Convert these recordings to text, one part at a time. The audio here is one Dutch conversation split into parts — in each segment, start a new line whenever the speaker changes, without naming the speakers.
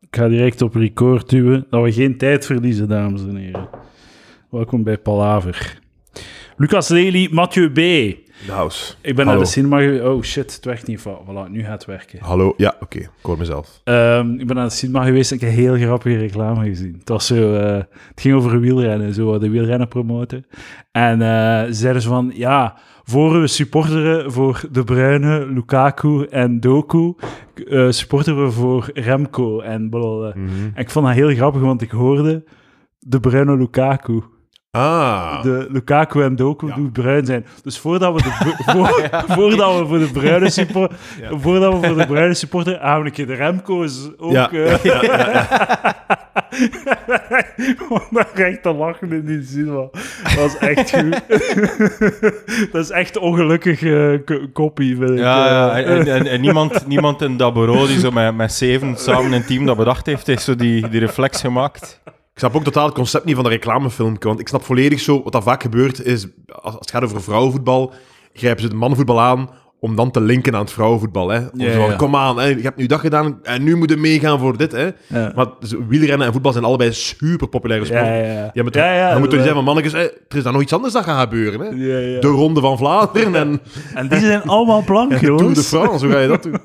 Ik ga direct op record duwen, dat we geen tijd verliezen, dames en heren. Welkom bij Palaver. Lucas Lely, Mathieu B.
De house.
Ik ben naar
Hallo.
de cinema geweest. Oh shit, het werkt niet. Voilà, nu gaat het werken.
Hallo, ja, oké. Ik hoor mezelf.
Ehm, ik ben naar de cinema geweest en ik heb heel grappige reclame gezien. Het, was zo, eh, het ging over wielrennen, zo de wielrennen promoten. En eh, ze zeiden ze van, ja, voor we supporteren voor De Bruyne, Lukaku en Doku, eh supporteren we voor Remco en blablabla. En ik vond dat heel grappig, want ik hoorde De Bruyne, Lukaku.
Ah,
De Lukaku en Doku doen bruin zijn. Dus voordat we, de, voor, voordat we voor de bruine supporter, voordat we voor de bruine supporter, ah, een keer de Remco's ook.
Ja,
eh. Om daar echt te lachen in die zin, man. Dat was echt goed. dat is echt ongelukkig eh, k- kopie, vind ik.
Ja, ja,
eh.
en, en, en niemand, niemand in dat bureau die zo met, met zeven samen een team dat bedacht heeft, heeft zo die, die reflex gemaakt.
ik snap ook totaal het concept niet van de reclamefilmpje. Want ik snap volledig zo, wat dat vaak gebeurt is, als, als het gaat over vrouwenvoetbal, grijpen ze het mannenvoetbal aan om dan te linken aan het vrouwenvoetbal. Hè? Om
Ja,
zo van,
ja.
kom aan, hè, je hebt nu dat gedaan en nu moet je meegaan voor dit. Hè?
Ja.
Maar zo, wielrennen en voetbal zijn allebei super populaire
Ja,
sporten.
ja, ja.
Je moet
Ja, ja,
dan moet je
dat-
zeggen van mannetjes, hè, er is dan nog iets anders dat gaat gebeuren. Hè?
Ja, ja.
De Ronde van Vlaanderen en
En die zijn allemaal blank,
de Tour de
jongens.
France, hoe ga je dat doen?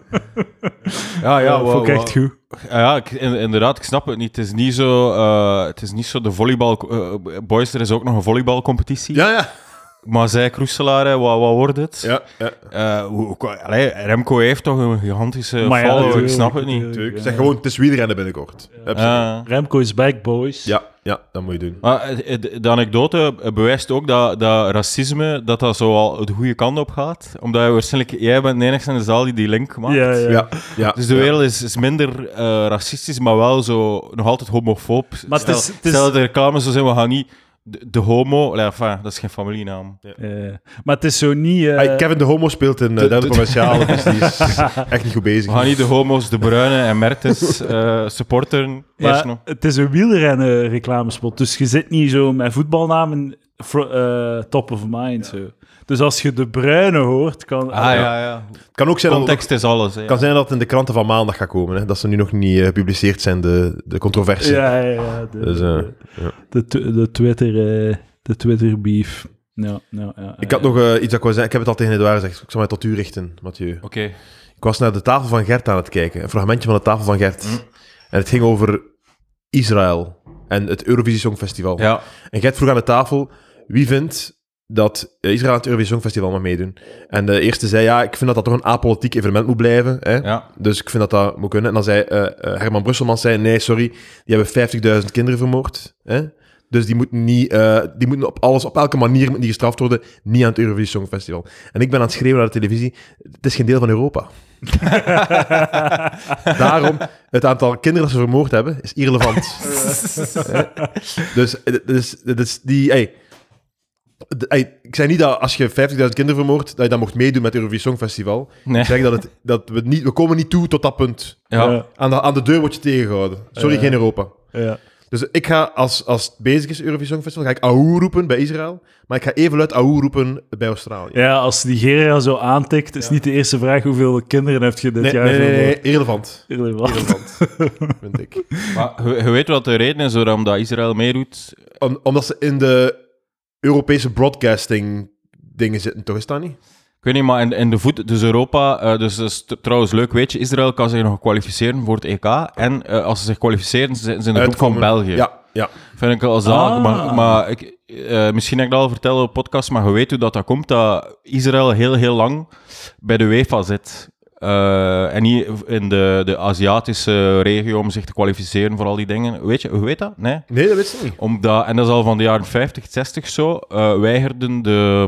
Ja, ja,
Dat vond ik echt goed.
Ja, ik- in- inderdaad, ik snap het niet. Het is niet zo, eh, het is niet zo de volleybal... eh, boys, er is ook nog een volleybalcompetitie.
Ja, ja.
Maar zij, Kroeselaar, hè, wat, wat wordt het?
ja, ja.
Eh, hoe- hoe- allee, Remco heeft toch een gigantische
Maar ja,
follower, ik
natuurlijk,
snap het niet.
Tuurlijk.
Ja.
Zeg gewoon, het is wielrennen binnenkort. Heb ze.
Eh,
Remco is back, boys.
Ja, ja, dat moet je doen.
Maar eh, eh, de de anekdote eh, bewijst ook dat, dat racisme dat dat zo al de goede kant op gaat. Omdat je waarschijnlijk, jij bent de enigste in de zaal die die link maakt.
Ja, ja.
Ja, ja.
Dus de wereld is, is minder eh, racistisch, maar wel zo nog altijd homofoob.
Maar het
stel,
is- het is-
stel dat de reclame zo zijn, we gaan niet... De, de homo... Ja, enfin, dat is geen familienaam.
Eh, maar het is zo niet... eh,
Hey, Kevin de Homo speelt in eh, de
de-
derde
de-
provinciale, dus die is echt niet goed bezig.
We gaan niet de homo's, de bruine en mertens eh supporteren.
Maar
Eerst nog.
het is een wielrennen reclamespot, dus je zit niet zo met voetbalnamen fro- eh, top of mind. Zo. Dus als je de bruine hoort, kan...
Ah, ja, ja.
Het kan ook zijn dat, het
Context is alles. hè.
kan zijn dat het in de kranten van maandag gaat komen, hè, dat ze nu nog niet eh, gepubliceerd zijn, de, de controversie.
Ja, ja, ja, De,
Dus, eh,
de, de, tw- de Twitter, eh, de Twitter beef. Ja, ja, ja,
Ik had nog eh, iets dat ik wou zeggen. Ik heb het al tegen Edouard gezegd. Ik zal mij tot u richten, Mathieu.
Oké.
Ik was naar de tafel van Gert aan het kijken. Een fragmentje van de tafel van Gert.
Mm.
En het ging over Israël en het Eurovisie Songfestival.
Ja.
En Gert vroeg aan de tafel, wie vindt dat Israël aan het Eurovisie Songfestival mag meedoen? En de eerste zei, ja, ik vind dat dat toch een apolitiek evenement moet blijven. Hè?
Ja.
Dus ik vind dat dat moet kunnen. En dan zei eh, eh, Herman Brusselman, zei, nee, sorry, die hebben 50.000 kinderen vermoord. Hè? Dus die moeten, niet, eh, die moeten op alles, op elke manier moeten die gestraft worden, niet aan het Eurovisie Songfestival. En ik ben aan het schreeuwen naar de televisie, het is geen deel van Europa. Daarom, het aantal kinderen dat ze vermoord hebben, is irrelevant. Eh, dus, eh, dus, dus die... Hey, de- hey, ik zei niet dat als je 50.000 kinderen vermoordt, dat je dan mocht meedoen met het Eurovisie Songfestival.
Nee.
Ik zeg dat, het, dat we niet... We komen niet toe tot dat punt.
Ja.
Ja.
Aan de, aan de deur word je tegengehouden. Sorry, geen Europa.
Ja.
Dus ik ga, als, als het bezig is, Eurovisie Songfestival, ga ik ahoe roepen bij Israël. Maar ik ga even luid ahoe roepen bij Australië.
Ja, als Nigeria zo aantikt, is niet de eerste vraag hoeveel kinderen heb je dit
Nee,
jaar
nee, nee, nee,
vermoord.
irrelevant.
Irrelevant.
Irrelevant, vind ik.
Maar je, je weet wat de reden is waarom dat Israël meedoet.
Om- omdat ze in de Europese broadcasting dingen zitten, toch? Is dat niet?
Ik weet niet, maar in, in de voet, dus Europa, eh, dus dat is t- trouwens leuk, weet je, Israël kan zich nog kwalificeren voor het EK. En eh, als ze zich kwalificeren, zijn ze in de groep van
Uitkomen.
België.
Ja, ja.
Vind ik al zalig,
Ah.
maar, maar ik, eh, misschien heb ik dat al verteld op de podcast, maar je weet hoe dat, dat komt, dat Israël heel, heel lang bij de UEFA zit. Eh, en niet in de, de Aziatische regio om zich te kwalificeren voor al die dingen. Weet je, hoe weet dat? Nee?
Nee, dat wist ik niet.
Omdat, en dat is al van de jaren 50, 60 zo, eh, weigerden de,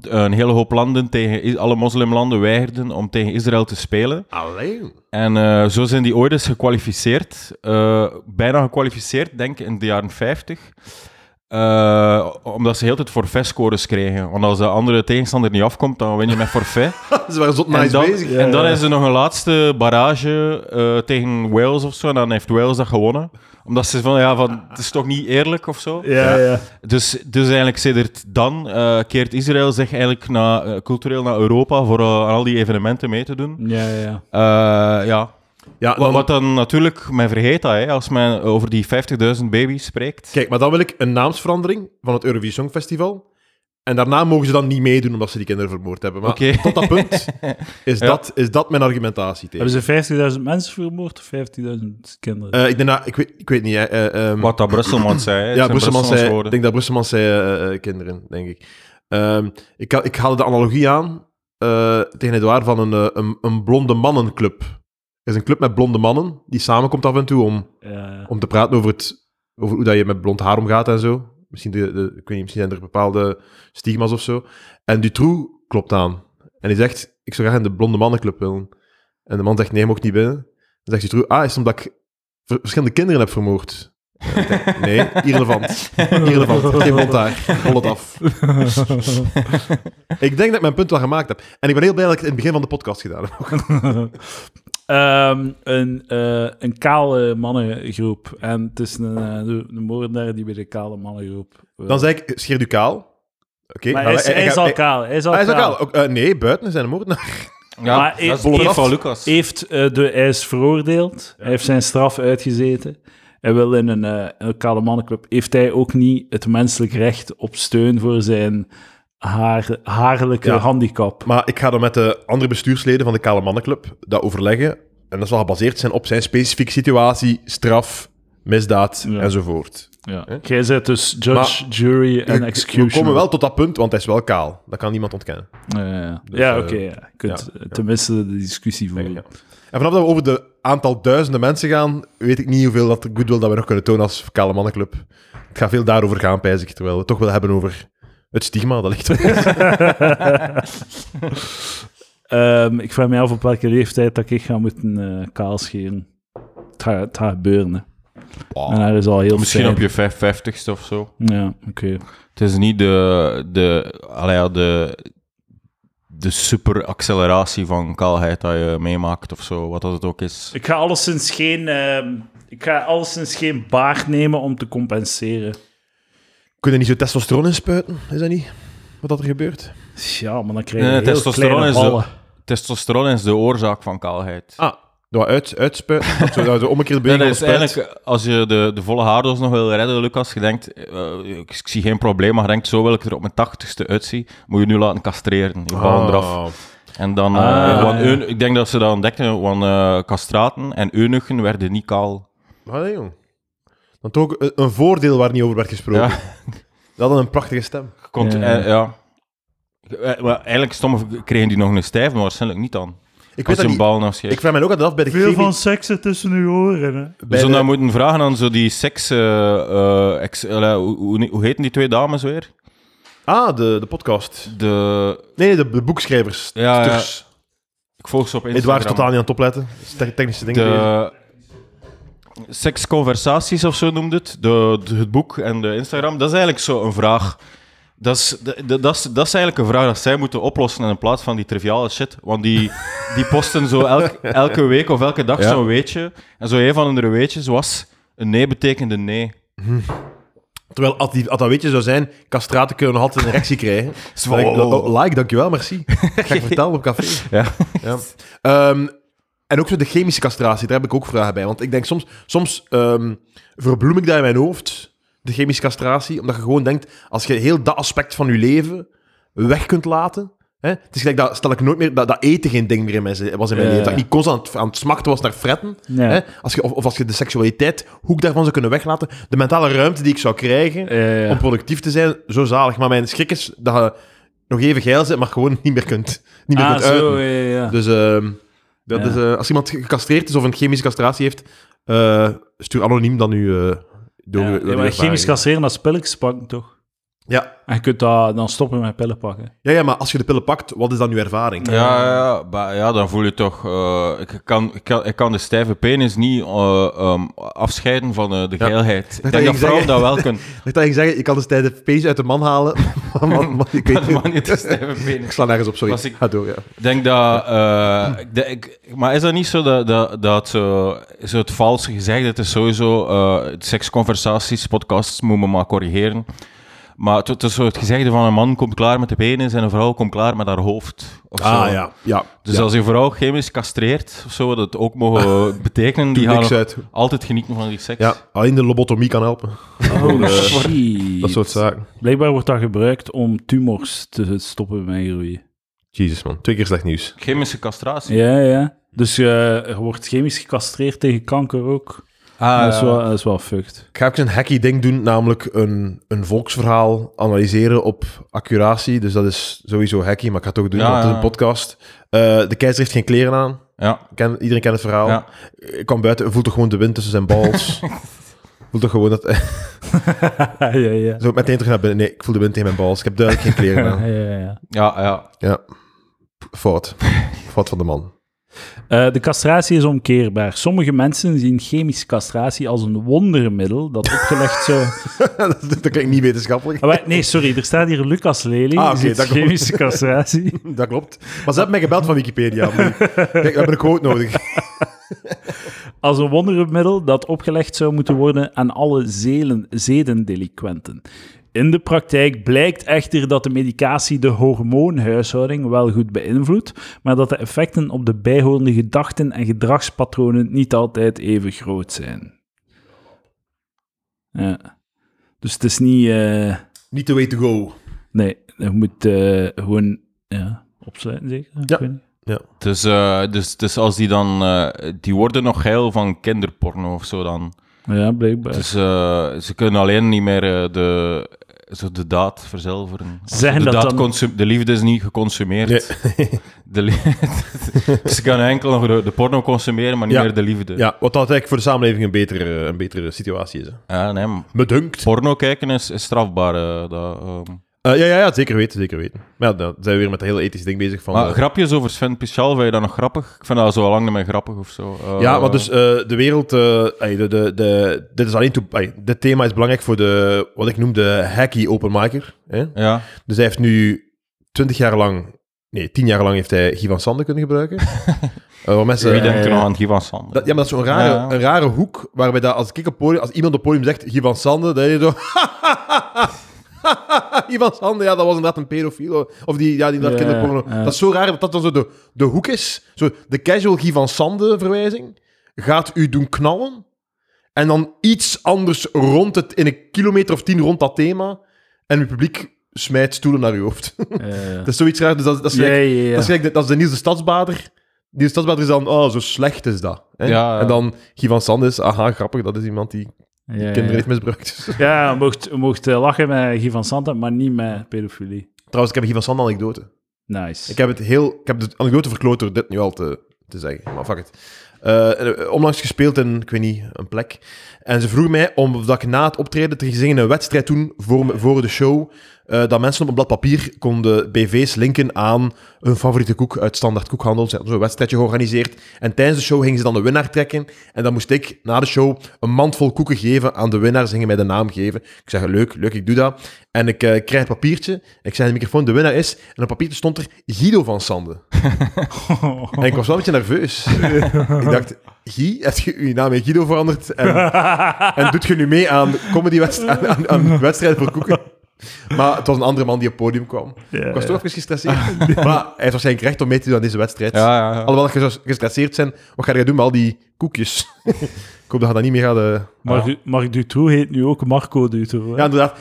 de- een hele hoop landen, tegen, I- alle moslimlanden weigerden om tegen Israël te spelen.
Alleen.
En eh, zo zijn die ooit eens gekwalificeerd, eh, bijna gekwalificeerd, denk ik, in de jaren 50. Eh, omdat ze heel de tijd forfaitscores kregen. Want als de andere tegenstander niet afkomt, dan win je met E forfait.
Ze waren zot
En
nice
dan,
bezig. eh.
en dan
ja.
is er nog een laatste barrage eh, tegen Wales of zo. En dan heeft Wales dat gewonnen. Omdat ze van, ja, van, het is toch niet eerlijk of zo.
Ja, ja.
Dus, dus eigenlijk sedert dan eh, keert Israël zich eigenlijk na, eh, cultureel naar Europa voor eh, aan al die evenementen mee te doen.
Ja, ja.
Eh, ja.
Ja,
Wat,
dan-
wat dan natuurlijk, men vergeet dat, hè, als men over die 50.000 baby's spreekt.
Kijk, maar dan wil ik een naamsverandering van het Eurovisie Songfestival. En daarna mogen ze dan niet meedoen omdat ze die kinderen vermoord hebben. Maar
Oké.
tot dat punt is,
Ja.
dat, is dat mijn argumentatie tegen.
Hebben ze 50.000 mensen vermoord of 15.000 kinderen?
Eh, ik, denk dat, ik, weet, ik weet niet. hè, eh, ehm,
Wat dat Brusselman zei. hè, het
ja,
zijn
Brusselman
Brusselmans
zei, ik
woorden.
denk dat Brusselman zei eh, eh, kinderen, denk ik. Ehm, ik, ha- ik haalde de analogie aan eh, tegen Edouard van een, eh, een, een blonde mannenclub. Er is een club met blonde mannen die samenkomt af en toe om
Ja.
om te praten over, het, over hoe dat je met blond haar omgaat en zo. Misschien, de, de, ik weet niet, misschien zijn er bepaalde stigma's of zo. En Dutroux klopt aan. En hij zegt, ik zou graag in de blonde mannenclub willen. En de man zegt, nee, je mag niet binnen. Dan zegt Dutroux, ah, is het omdat ik ver- verschillende kinderen heb vermoord? En ik denk, nee, irrelevant. Irrelevant. Geen blond haar. Rol het af. Ik denk dat ik mijn punt wel gemaakt heb. En ik ben heel blij dat ik het in het begin van de podcast gedaan heb.
Ehm, een, eh, een kale mannengroep. En tussen een, eh, de, de moordenaar die bij de kale mannengroep. wil.
Dan zei ik, scheer u kaal. Oké.
maar hij is, hij is al kaal. Hij is al
Hij is al
kaal.
kaal. Ook, eh, nee, buiten zijn de moordenaar.
Ja,
maar
dat is
ik-
Bolle
ik-
van Lucas.
Heeft, eh, de, hij is veroordeeld. Hij heeft zijn straf uitgezeten. Hij wil in een, eh, een kale mannenclub. Heeft hij ook niet het menselijk recht op steun voor zijn haar, haarlijke
Ja.
handicap?
Maar ik ga dan met de andere bestuursleden van de Kale Mannenclub dat overleggen. En dat zal gebaseerd zijn op zijn specifieke situatie, straf, misdaad
Ja.
enzovoort.
Ja. Jij zet dus judge, jury en executioner.
We komen wel tot dat punt, want hij is wel kaal. Dat kan niemand ontkennen.
Ja, ja, ja.
Dus,
ja
eh,
oké. ja. Je kunt eh, tenminste de discussie voeren.
Ja. En vanaf dat we over de aantal duizenden mensen gaan, weet ik niet hoeveel dat goodwill dat we nog kunnen tonen als Kale Mannenclub. Het gaat veel daarover gaan, pijs ik. Terwijl we het toch wel hebben over het stigma dat ligt op ons.
Ehm, ik vraag mij af op welke leeftijd dat ik ga moeten eh, kaal scheren. Het gaat, het gaat gebeuren, hè.
Wow.
En daar is al heel
Ah, Misschien
fijn.
op je 50ste of zo.
Ja, oké.
Het is niet de, de, allee, ja, de, de super acceleratie van kaalheid dat je meemaakt of zo, wat dat het ook is.
Ik ga alleszins geen... ehm, ik ga alleszins geen baard nemen om te compenseren.
Kunnen niet zo testosteron inspuiten? Is dat niet wat dat er gebeurt?
Ja, maar dan krijg je
Nee,
heel
testosteron
kleine
is de-
ballen.
Testosteron is de oorzaak van kaalheid.
Ah, dat we uit, uitspuiten. Dat we dat we omgekeerd
Ja,
beweging van
dat is
de spuit.
eigenlijk, als je de, de volle haardos nog wil redden, Lucas, je denkt, eh, ik, ik zie geen probleem, maar je denkt, zo wil ik er op mijn tachtigste uitzien, moet je nu laten castreren, je ballen eraf.
Ah.
En dan, eh,
Ah,
want
ja.
eun- ik denk dat ze dat ontdekten, want eh, castraten en eunuchen werden niet kaal.
Maar nee, Oh. jong. Dan toch ook een- een voordeel waar niet over werd gesproken.
Ja.
Dat had een prachtige stem.
Komt,
Ja.
ja. ja. Eh, maar eigenlijk, sommigen kregen die nog een stijf, maar waarschijnlijk niet dan.
Ik weet
Als je
dat
een
niet.
bal afschept.
Ik vraag mij ook altijd af bij de chemie...
seksen tussen uw oren, hè.
bij
We zouden
de-
dat moeten vragen aan zo die seks... eh, eh, ex- eh, hoe, hoe, hoe heten die twee dames weer?
Ah, de, de podcast.
De...
Nee, de, de boekschrijvers.
Ja, ja.
Sturs.
Ik volg ze op Instagram.
Edouard is totaal niet aan het opletten. Dat is te- Technische dingen. bezig.
De... Seksconversaties of zo noemde het. De, de- het boek en de Instagram. Dat is eigenlijk zo een vraag. Dat is, de- de- dat, is, dat is eigenlijk een vraag dat zij moeten oplossen in plaats van die triviale shit. Want die, die posten zo elk- elke week of elke dag
Ja.
zo'n weetje. En zo een van hun weetjes was... Een nee betekende nee.
Terwijl, als, die, als dat weet je zou zijn, castraten kunnen nog altijd een erectie krijgen.
Zo.
Dan denk ik, oh, like, dankjewel, merci. Ga ik vertellen op café.
Ja.
Ja. Ehm, en ook zo de chemische castratie, daar heb ik ook vragen bij. Want ik denk soms, soms ehm, verbloem ik dat in mijn hoofd, de chemische castratie, omdat je gewoon denkt, als je heel dat aspect van je leven weg kunt laten. Hè, het is gelijk dat, stel ik nooit meer, dat, dat eten geen ding meer in mijn, zi- was in mijn
Ja.
leven. Dat ik niet constant aan het, aan het smachten was naar fretten.
Ja.
Hè, als je, of, of als je de seksualiteit, hoe ik daarvan zou kunnen weglaten. De mentale ruimte die ik zou krijgen om productief te zijn, zo zalig. Maar mijn schrik is dat je nog even geil zit, maar gewoon niet meer kunt, niet meer
Ah,
kunt uiten.
zo, ja, ja, ja.
Dus ehm, dat
Ja.
is, eh, als iemand gecastreerd is of een chemische castratie heeft, eh, stuur anoniem dan uw... eh door,
Ja,
uw-
ja, maar
door uw
chemisch
ervaring.
kasseren, dat is pilletjes pakken, toch?
Ja.
En je kunt dat dan stoppen met pillen pakken.
Ja, ja, maar als je de pillen pakt, wat is dan uw ervaring?
Ja, ja, ja, Bah, ja, dan voel je toch. eh, ik, kan, ik, kan, ik kan de stijve penis niet eh, ehm, afscheiden van eh, de
Ja.
geilheid. Ik
dat
denk
je
dat vrouwen
zeggen.
dat wel kunnen.
Ik dacht, ik zeggen, ik kan dus tijd de pees uit de man halen, maar, maar- maar ik weet
Maar
niet.
niet de stijve
Ik
penis.
sla nergens op, sorry.
Was ik-
Ga door, ja.
Ik denk dat. eh, ik de- ik, maar is dat niet zo dat, dat, dat zo, zo het valse gezegd? Het is sowieso. eh, het seksconversaties, podcasts, moet me maar corrigeren. Maar het, het is zo het gezegde van een man komt klaar met de benen en een vrouw komt klaar met haar hoofd. Of
Ah
zo.
ja, ja.
Dus
ja.
als je vrouw chemisch castreert, of zo, wat het ook mogen betekenen, die
Doet
gaan
niks
nog
uit.
altijd genieten van die seks.
Ja, alleen Ah, de lobotomie kan helpen.
Oh,
Eh,
shit.
Dat soort zaken.
Blijkbaar wordt dat gebruikt om tumors te stoppen met groeien.
Jezus man, twee keer slecht nieuws.
Chemische castratie.
Ja, ja. Dus eh, er wordt chemisch gecastreerd tegen kanker ook.
Ah,
dat, is
ja.
wel, dat is wel fucked.
Ik ga ook eens een hacky ding doen, namelijk een, een volksverhaal analyseren op accuratie. Dus dat is sowieso hacky, maar ik ga het ook doen,
Ja,
want het is
ja.
een podcast. Eh, de keizer heeft geen kleren aan.
Ja,
Ken, iedereen kent het verhaal.
ja.
Ik kwam buiten, voelt toch gewoon de wind tussen zijn balls. voelt toch gewoon dat... eh,
ja, ja.
Zo meteen terug naar binnen. Nee, ik voel de wind in mijn balls. Ik heb duidelijk geen kleren
ja,
aan.
ja, ja.
ja, ja.
Fout. Fout van de man.
Eh, de castratie is omkeerbaar. Sommige mensen zien chemische castratie als een wondermiddel dat opgelegd zou...
dat, dat klinkt niet wetenschappelijk.
Ah, maar- nee, sorry, er staat hier Lucas Lely.
Ah,
Ah,
oké, dat klopt.
chemische castratie.
Dat klopt. Maar ze hebben mij gebeld van Wikipedia. maar- Kijk, we hebben een quote nodig.
Als een wondermiddel dat opgelegd zou moeten worden aan alle zelen, zedendelinquenten. In de praktijk blijkt echter dat de medicatie de hormoonhuishouding wel goed beïnvloedt, maar dat de effecten op de bijhorende gedachten en gedragspatronen niet altijd even groot zijn. Ja. Dus het is niet. eh,
Niet the way to go.
nee, je moet eh, gewoon ja, opsluiten, zeker. Ik
Ja.
weet niet.
Dus, eh, dus, dus als die dan... eh, die worden nog geil van kinderporno of zo dan.
ja blijkbaar.
Dus eh, ze kunnen alleen niet meer eh, de, zo de daad verzilveren.
Zeggen
de,
dat
daad
dan-
consu- de liefde is niet geconsumeerd. De li- Dus ze kunnen enkel nog de, de porno consumeren, maar niet
Ja.
meer de liefde.
Ja, wat dat eigenlijk voor de samenleving een betere, een betere situatie is. Hè.
Ja, Ah, nee, maar
Me dunkt.
porno kijken is, is strafbaar. eh, dat, ehm.
Eh, ja, ja, ja, zeker weten, zeker weten. Maar ja, dan zijn we weer met dat hele ethische ding bezig. Van,
Maar
eh,
grapjes over Sven Pichal, vind je dat nog grappig? Ik vind dat zo al lang niet meer grappig of zo. Eh,
ja, maar dus eh, de wereld... eh, ey, de, de, de, dit, is alleen toe, ey, dit thema is belangrijk voor de, wat ik noem de hacky openmaker. Hè?
Ja,
Dus hij heeft nu 20 jaar lang... Nee, 10 jaar lang heeft hij Guy van Sande kunnen gebruiken. Eh, waar mensen,
wie denkt er nou
eh,
nog aan Guy van Sande?
Dat, ja, maar dat is zo'n rare,
Ja.
een rare hoek waarbij dat, als, ik op podium, als iemand op podium zegt Guy van Sande, dat je zo... Guy van Sande, ja, dat was inderdaad een pedofiel. Of die, ja, die inderdaad
Ja,
kinderporno.
ja.
Dat is zo raar dat dat dan zo de, de hoek is. Zo, de casual Guy van Sande verwijzing gaat u doen knallen. En dan iets anders rond het, in een kilometer of tien rond dat thema. En uw publiek smijt stoelen naar uw hoofd.
Eh,
dat is zoiets raar. Dus dat, dat is
ja,
gelijk-
ja, ja.
dat is, gelijk de, dat is de nieuwste stadsbader. Die stadsbader is dan, oh, zo slecht is dat. Hè?
Ja, ja.
En dan Guy van Sande is, aha, grappig, dat is iemand die
Ja, ja,
kinderen
ja.
heeft misbruikt.
Ja, je mocht, je mocht eh, lachen met Guy van Santen, maar niet met pedofilie.
Trouwens, ik heb een Guy van Sande anekdote.
Nice.
Ik heb, het heel, ik heb de anekdote verkloot door dit nu al te, te zeggen, maar fuck it. Eh, eh, onlangs gespeeld in, ik weet niet, een plek. En ze vroeg mij om dat ik na het optreden te zingen een wedstrijd doen voor, me- voor de show. eh, dat mensen op een blad papier konden BV's linken aan hun favoriete koek uit standaard koekhandel. Ze hadden zo'n wedstrijdje georganiseerd. En tijdens de show gingen ze dan de winnaar trekken. En dan moest ik na de show een mand vol koeken geven aan de winnaar. Ze gingen mij de naam geven. Ik zeg, leuk, leuk, ik doe dat. En ik eh, krijg het papiertje. Ik zei aan de microfoon, de winnaar is. En op het papiertje stond er Guido van Sande. En ik was wel een beetje nerveus. ik dacht, Guy, heb je je naam in Guido veranderd? En, en doet je nu mee aan comedywedstrijden aan, aan wedstrijden voor koeken? Maar het was een andere man die op het podium kwam.
Ja,
ik was toch even gestresseerd. Maar hij heeft waarschijnlijk recht om mee te doen aan deze wedstrijd.
ja, ja, ja.
Alhoewel dat je zo gestresseerd zijn, wat ga je doen met al die koekjes? ik hoop dat je dat niet meer gaat... eh,
Marc, Marc Dutroux heet nu ook Marco Dutroux. hè?
Ja, inderdaad.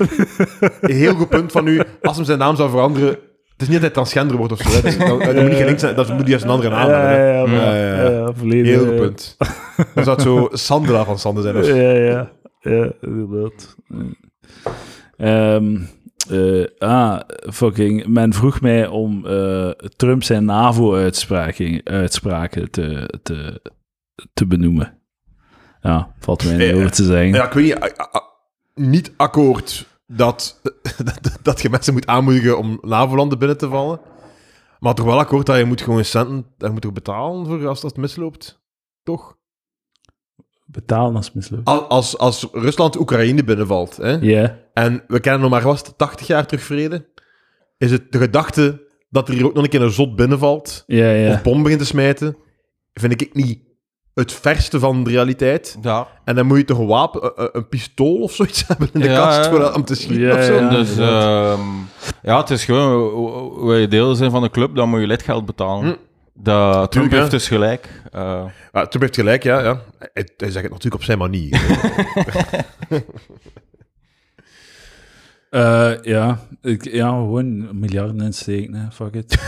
Een heel goed punt van u. Als hem zijn naam zou veranderen... Het is niet dat hij transgender wordt of zo. hè. Dat, is- dat, dat moet niet gelinkt zijn. Dat moet juist een andere naam hebben.
ja,
hè.
ja, ja, maar-
Ja, ja, ja.
ja, volledig,
Heel goed
eh,
punt. Dan zou het zo Sandra van Sander zijn. of zo.
Ja, ja, ja, inderdaad. Ja. Ehm, eh, ah, fucking. Men vroeg mij om eh, Trump zijn NAVO-uitspraken uitspraken te, te, te benoemen. Ja, valt mij niet
Ja.
over te zeggen.
Ja, ik weet niet. a- a- a- Niet akkoord dat, dat, dat je mensen moet aanmoedigen om NAVO-landen binnen te vallen. Maar toch wel akkoord dat je moet gewoon centen... dat Je moet er betalen voor als dat misloopt. Toch?
Betalen als mislukt.
Al- Als, als Rusland Oekraïne binnenvalt... Hè?
Ja.
En we kennen nog maar vast 80 jaar terug vrede. Is het de gedachte dat er hier ook nog een keer een zot binnenvalt
Ja, ja.
of bom begint te smijten, vind ik niet het verste van de realiteit.
Ja.
En dan moet je toch een wapen, eh, eh, een pistool of zoiets hebben in de
Ja,
kast
ja.
voor, om te schieten
Ja,
of zo.
ja.
dus ehm, ja, het is gewoon, w- w- wil je deel zijn van de club, dan moet je lidgeld betalen.
Hm.
De, Trump
hè.
heeft dus gelijk. Eh,
Ah, Trump heeft gelijk, ja. ja. Hij, hij zegt het natuurlijk op zijn manier.
Eh, ja. Ik, ja, gewoon miljarden insteken, hè. fuck it.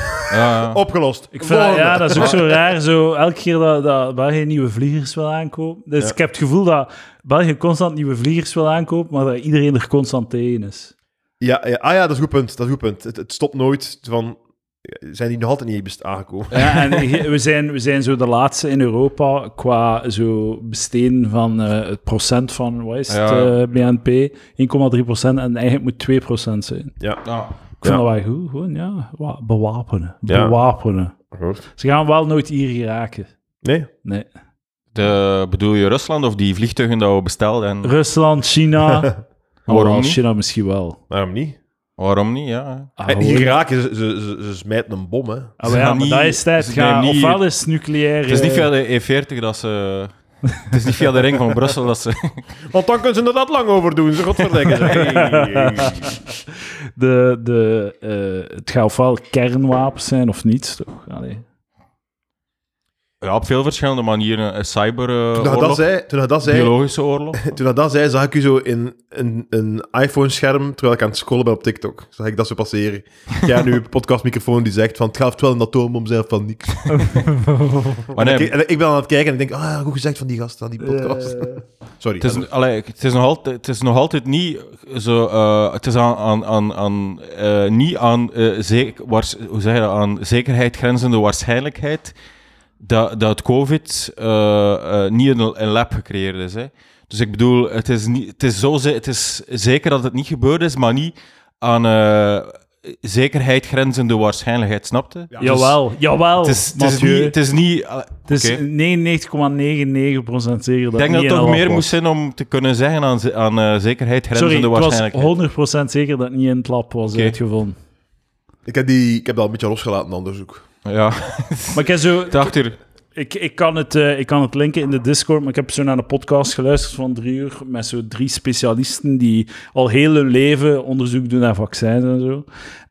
ja.
Opgelost.
Ik vind, dat-
Volgende.
ja, dat is ook zo raar. Zo, elke keer dat, dat België nieuwe vliegers wil aankopen. Dus ik heb het gevoel dat België constant nieuwe vliegers wil aankopen, maar dat iedereen er constant tegen is.
Ja, ja. Ah ja, dat is een goed punt. Dat is een goed punt. Het, het stopt nooit van... eh, Zijn die nog altijd niet best aangekomen?
Ja, en ge- we zijn, we zijn zo de laatste in Europa qua zo besteden van eh, het procent van, wat is het,
Ja.
eh, BNP? 1,3 procent en eigenlijk moet 2 procent zijn.
Ja.
Ik vond
Ja.
dat wel goed, gewoon, ja, wa- bewapenen.
Ja.
Bewapenen.
Gehoord.
Ze gaan wel nooit hier raken.
Nee?
Nee.
De, bedoel je Rusland of die vliegtuigen dat we bestelden? En
Rusland, China.
Waarom
Oh,
niet?
China misschien wel.
Waarom niet?
waarom niet? Ja.
Ah,
En
gewoon-
hier raken, ze, ze, ze, ze smijten een bom, hè.
Ah,
Ze
maar ja,
gaan
maar
niet-
dat is tijd.
ze
Gaan,
nemen niet-
ofwel is het nucleair...
Het is niet
eh,
via de E40 dat ze. Het is niet via de ring van Brussel dat ze.
Want dan kunnen ze er dat lang over doen. Ze godverdekken. zeg.
de, de, eh, het gaat ofwel kernwapens zijn of niets, toch? Allee.
Ja, op veel verschillende manieren. Een cyber. eh,
Toen hij Nou, dat
oorlog,
zei, toen hij dat zei,
biologische oorlog.
toen hij dat zei zag ik u zo in een, een iPhone-scherm terwijl ik aan het scrollen ben op TikTok. Zag ik dat zo passeren. Jij nu een podcastmicrofoon die zegt van het gaat wel een atoombom zijn of van niks.
Maar nee,
En ik, en ik ben aan het kijken en ik denk, ah, goed gezegd van die gast, aan die podcast. Sorry.
het is, allee, het, is nog altijd, het is nog altijd niet zo. eh, het is aan. aan, aan, aan eh, niet aan, eh zeker, waars- hoe zeg je dat, aan zekerheid grenzende waarschijnlijkheid. dat, dat COVID eh, eh, niet in een, een lab gecreëerd is. Hè. Dus ik bedoel, het is, niet, het, is zo, ze- het is zeker dat het niet gebeurd is, maar niet aan eh, zekerheid grenzende waarschijnlijkheid, snapte?
Ja.
jawel, jawel,
Dus- Het is, het is
Mathieu.
niet... Het is niet eh, oké.
99,99% zeker dat niet
Ik denk dat
in
het
een
toch
lab
meer
was.
moest zijn om te kunnen zeggen aan, ze- aan eh, zekerheid grenzende
Sorry, het
waarschijnlijkheid.
was 100% zeker dat het niet in het lab was
Oké.
uitgevonden.
Ik heb, die, ik heb dat een beetje losgelaten, dat onderzoek.
Ja,
Maar ik, heb zo,
dacht hier.
ik, ik, kan het, eh, ik kan het linken in de Discord, maar ik heb zo naar een podcast geluisterd van drie uur met zo drie specialisten die al heel hun leven onderzoek doen naar vaccins en zo.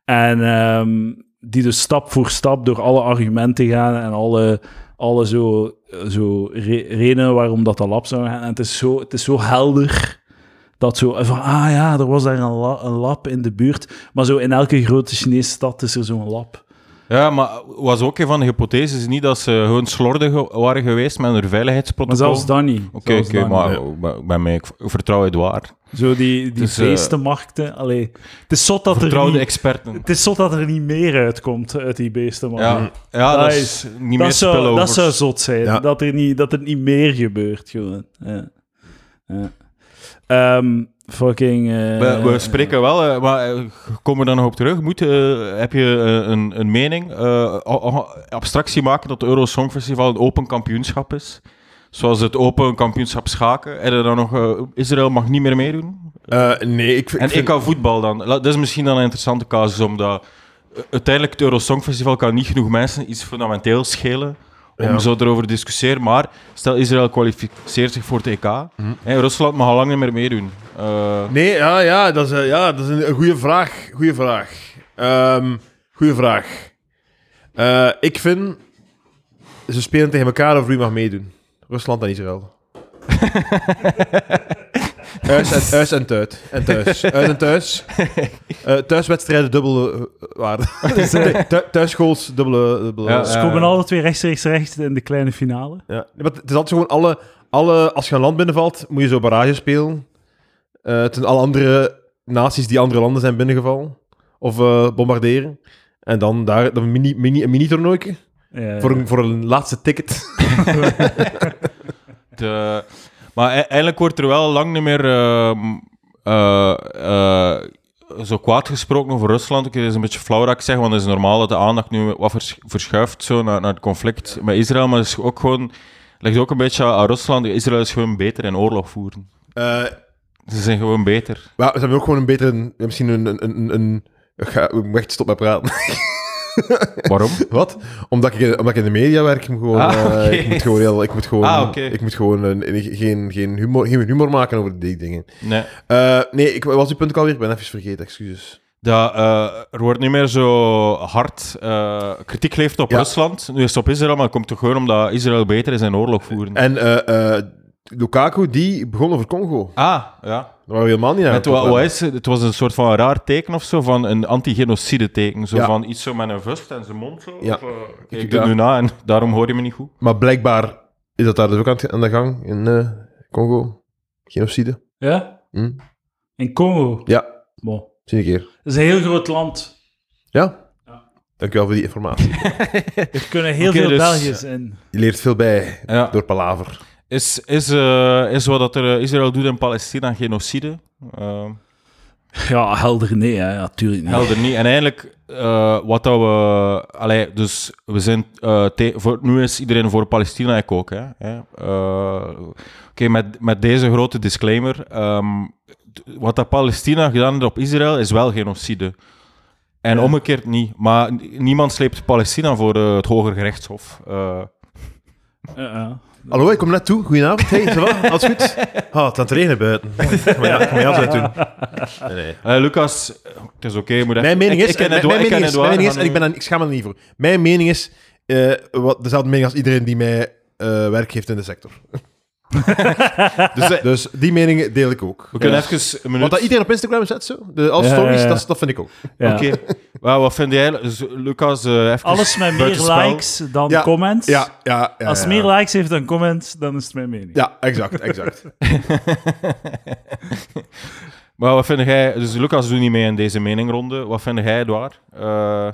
En ehm, die dus stap voor stap door alle argumenten gaan en alle, alle zo, zo re- redenen waarom dat, dat lab zou gaan. En het is zo, het is zo helder. Dat zo van, ah ja, er was daar een, la- een lab in de buurt. Maar zo in elke grote Chinese stad is er zo'n lab.
Ja, maar was ook een van de hypotheses niet dat ze gewoon slordig waren geweest met hun
Maar
veiligheidsprotocol?
zelfs dan niet.
Oké,
Zelfs
oké,
dan niet.
maar maar bij mij, ik vertrouw het waar.
Zo die, die
Dus, eh,
beestenmarkten. Allee, het, is zot dat er
Vertrouwde
niet,
experten.
het is zot dat er niet meer uitkomt uit die beestenmarkt.
Ja, ja
Dat
dat
is-
is niet meer
Dat, zou, dat
spillovers.
zou zot zijn.
Ja.
Dat, er niet, dat er niet meer gebeurt. Gewoon. Ja. Ja. Ehm, fucking. eh,
we, we spreken wel, eh, maar eh, komen we daar nog op terug? Moet, eh, heb je eh, een, een mening? Eh, o- o- abstractie maken dat het Euro Songfestival een open kampioenschap is? Zoals het open kampioenschap schaken. Heb je dan nog, eh, Israël mag niet meer meedoen?
Eh, nee, ik, vind-
En
ik vind-
ik kan voetbal dan. La- Dat is misschien dan een interessante casus, omdat eh, uiteindelijk het Euro Songfestival kan niet genoeg mensen iets fundamenteels schelen om
Ja.
zo erover te discussiëren. Maar stel, Israël kwalificeert zich voor het EK.
Mhm.
Hè, Rusland mag al lang niet meer meedoen. Eh,
Nee, ja, ja, dat is, eh, ja, dat is een, een goede vraag. Goede vraag. Ehm goede vraag. Eh, ik vind, ze spelen tegen elkaar over wie mag meedoen. Rusland en Israël. huis, en, huis en thuis. En thuis. Huis en thuis. Eh, thuiswedstrijden dubbele eh, waarde. Thu- Thuisschools dubbele... dubbele
Ja,
Ze komen alle twee rechts, rechts, rechts in de kleine finale.
ja. Nee, maar het is altijd gewoon alle, alle... Als je een land binnenvalt, moet je zo barrage spelen. Eh ten alle andere naties die andere landen zijn binnengevallen. Of eh, bombarderen. En dan daar dan een mini, mini, een mini-toernooitje.
Ja.
Voor, een, voor een laatste ticket.
De- maar e- eigenlijk wordt er wel lang niet meer ehm, eh, eh, zo kwaad gesproken over Rusland. Het is een beetje flauw dat ik zeg, want het is normaal dat de aandacht nu wat vers- verschuift zo naar, naar het conflict met Israël. Maar het is ook gewoon, ligt ook een beetje aan Rusland. Israël is gewoon beter in oorlog voeren.
Eh
Ze zijn gewoon beter.
maar ze hebben ook gewoon een betere... Misschien een... een, een, een ik ga ik moet echt stop met praten.
Waarom?
Wat? Omdat ik, omdat ik in de media werk, ik moet gewoon,
Ah,
eh,
oké.
ik moet gewoon, heel, ik moet gewoon,
Ah, oké.
ik moet gewoon eh, geen, geen, humor, geen humor maken over die dingen.
Nee.
Eh, nee, ik wat was die punt ook alweer. Ik ben even vergeten, excuses.
Dat, eh, er wordt niet meer zo hard eh, kritiek geleverd op
Ja.
Rusland. Nu is het op Israël, maar dat komt toch gewoon omdat Israël beter is in oorlog voeren.
En eh, eh, Lukaku, die begon over Congo.
Ah, ja.
Daar waren we helemaal niet aan.
Het,
het
wa-
praten.
wat is, het Het was een soort van raar teken of zo, van een anti-genocide teken. Zo
Ja.
van iets zo met een vust en zijn mond. Zo,
Ja.
Of, eh,
Ik-
ik doe het
ja.
nu na en daarom hoor je me niet goed.
Maar blijkbaar is dat daar dus ook aan, het- aan de gang in eh, Congo. Genocide.
Ja?
Hm?
In Congo.
Ja,
Bon.
zie je een keer.
Dat is een heel groot land.
Ja?
Ja.
Dankjewel voor die informatie.
Er kunnen heel
Oké,
veel
dus-
Belgiërs in.
Je leert veel bij
Ja.
door palaver.
Is, is, eh, is wat dat er, eh, Israël doet in Palestina genocide? Eh,
Ja, helder nee, hè. natuurlijk niet.
helder niet. En eigenlijk, eh, wat dat we... Allee, dus we zijn... eh, te- voor, nu is iedereen voor Palestina, ik ook. Hè, hè. Eh, Oké, met, met deze grote disclaimer. ehm, t- wat dat Palestina gedaan heeft op Israël, is wel genocide. En
Ja.
omgekeerd niet. Maar n- niemand sleept Palestina voor eh, het hoger gerechtshof. Eh,
Uh-uh.
Hallo, ik kom net toe. Goedenavond. Hey, ça va? Alles goed? Ah, het aan het regenen buiten. Ik kom je- ik kom je altijd doen. Nee, nee.
eh, Lucas, het is oké. je moet echt-
Mijn mening
ik-
is,
ik ken
mijn-
Edouard-
mijn
ik ken
mening is, mijn
Edouard
mening is en
van
ik,
u.
ben daar- ik schaam me er niet voor. Mijn mening is eh, wat, dezelfde mening als iedereen die mij eh, werk heeft in de sector. dus, eh, dus die mening deel ik ook.
We kunnen
Ja.
even een minuut...
Want dat iedereen op Instagram zet zo, de, alle
Ja,
stories,
ja, ja.
Dat, is- dat vind ik ook.
Ja.
Oké. Wel, wat vind jij? Dus, Lucas, eh even
Alles met meer
buitenspel.
likes dan
Ja,
comments.
Ja, ja, ja.
Als
ja.
het meer likes heeft dan comments, dan is het mijn mening.
Ja, exact, exact.
Maar wat vind jij... Dus Lucas doet niet mee in deze meningronde. Wat vind jij, Edouard? Eh,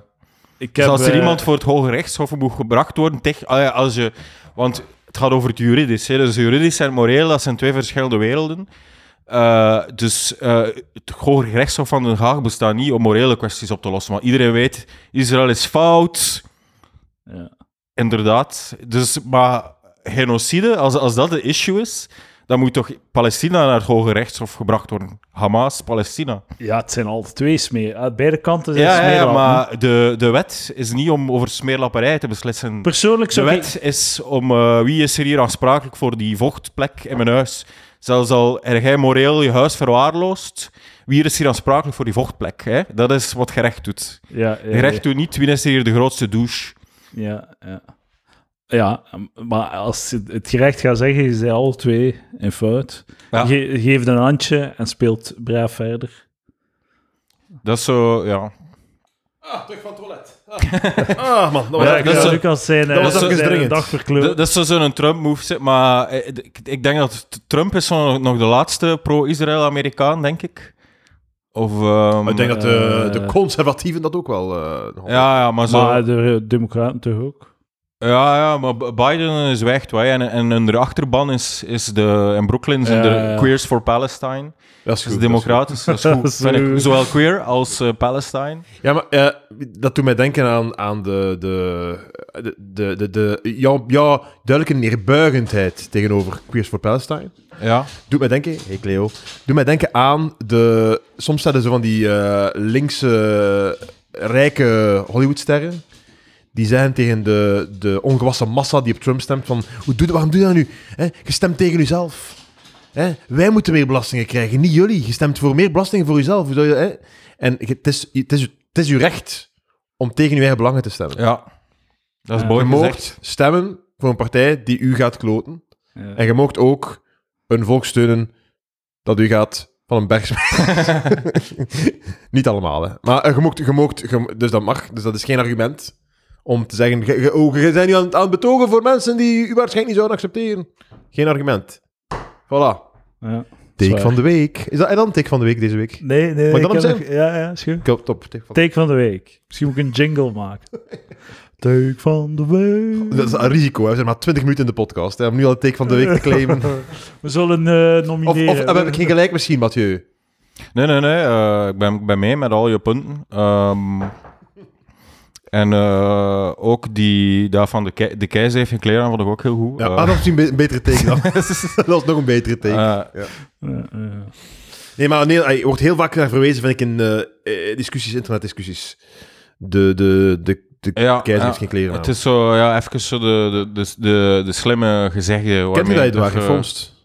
Ik
dus
heb,
als er
eh,
iemand voor het Hoge Rechtshof moet gebracht worden... Tech, ah ja, als je, want het gaat over het juridisch. Hè, dus juridisch en moreel, dat zijn twee verschillende werelden. Eh, dus eh, het Hoge Rechtshof van Den Haag bestaat niet om morele kwesties op te lossen. Maar iedereen weet, Israël is fout...
Ja.
Inderdaad. Dus, maar genocide, als, als dat de issue is, dan moet toch Palestina naar het Hoge Rechtshof gebracht worden. Hamas, Palestina.
Ja, het zijn altijd twee smeer. Aan beide kanten zijn
Ja, ja, ja,
smeerlappen.
maar de, de wet is niet om over smeerlapperij te beslissen.
Persoonlijk
De
zou ik...
wet is om eh, wie is er hier aansprakelijk voor die vochtplek in mijn huis. Zelfs al er jij moreel je huis verwaarloost, wie is hier aansprakelijk voor die vochtplek? Hè? Dat is wat gerecht doet.
Ja, ja,
Gerecht doet niet wie is er hier de grootste douche.
Ja, ja. Ja, maar als het- het gerecht gaat zeggen, je zijn alle twee in fout.
Ja.
Je geeft een handje en speelt braaf verder.
Dat is zo, ja.
Ah, terug van het toilet. Ah, man. Dat was
Ja,
echt-
dat is
Ja,
zo-
Lucas zijn, eh,
dat was
zijn
even dringend.
dag
Dat,
verkleurd.
dat is zo- zo'n Trump-move, zeg, maar eh, d- ik, ik denk dat t- Trump is zo nog de laatste pro-Israël-Amerikaan, denk ik. Of... ehm,
Maar ik denk dat de, de
Eh.
conservatieven dat ook wel... eh, nog
Ja, ja, maar zo...
Maar de Democraten toch ook?
ja, ja, maar B- Biden is weg, wij, en, en hun achterban is, is de... In Brooklyn zijn
Ja,
de
ja, ja.
Queers for Palestine.
Dat is
Dat is
goed, dat is goed.
democratisch, dat is goed.
Dat is
vind ik.
goed.
Zowel queer als eh, Palestine.
Ja, maar eh, dat doet mij denken aan, aan de, de, de, de, de, de- jouw, jouw duidelijke neerbuigendheid tegenover Queers for Palestine.
Ja.
Doet mij denken, hey Cleo, doet mij denken aan de, soms zetten ze van die eh, linkse, rijke Hollywoodsterren. Die zeggen tegen de, de ongewassen massa die op Trump stemt van, hoe doe, waarom doe je dat nu? Hè, je stemt tegen jezelf. Hè? Wij moeten meer belastingen krijgen, niet jullie. Je stemt voor meer belastingen voor jezelf. Hoe zou je, hè? En je- het is, het, is, het is uw recht om tegen uw eigen belangen te stemmen.
Ja. Dat is
Ja.
mooi
je
gezegd.
moogt stemmen voor een partij die u gaat kloten.
Ja.
En je moogt ook een volk steunen dat u gaat van een berg smijten. Niet allemaal, hè. Maar eh, je moogt, je moogt, je- dus dat mag. Dus dat is geen argument om te zeggen... Je, je, oh, je bent nu aan, het- aan het betogen voor mensen die u waarschijnlijk niet zouden accepteren. Geen argument. Voilà.
Ja.
Take
Zwaar.
van de week. Is dat en dan take van de week deze week?
Nee, nee.
Mag ik
ik
dat
heb
hem
nog- Ja, ja, is goed.
Top, top. Take van
Take van de week. Misschien moet ik een jingle maken. Take van de week.
Dat is een risico, hè. We zijn maar 20 minuten in de podcast. Hè, om nu al de take van de week te claimen.
We zullen eh,
Of, of
nomineren.
eh, heb ik geen gelijk misschien, Mathieu?
Nee, nee, nee. eh, ik, ben, ik ben mee met al je punten. Ehm, en eh, ook die daar van de, kei- de keizer heeft geen kleren aan, vond ik ook heel goed.
Ja,
Eh,
ah, dat is misschien een be- een betere take dan. dat was nog een betere take.
eh,
Ja, ja.
Nee, maar nee, er wordt heel vaak naar verwezen, vind ik, in eh, eh, discussies, internetdiscussies. De, de, de, de, de
Ja,
keizer
ja.
heeft geen kleren aan.
Het is zo, ja, even zo de, de, de, de, de slimme gezegde.
Kent u dat, Edouard?
even-
Gefronst?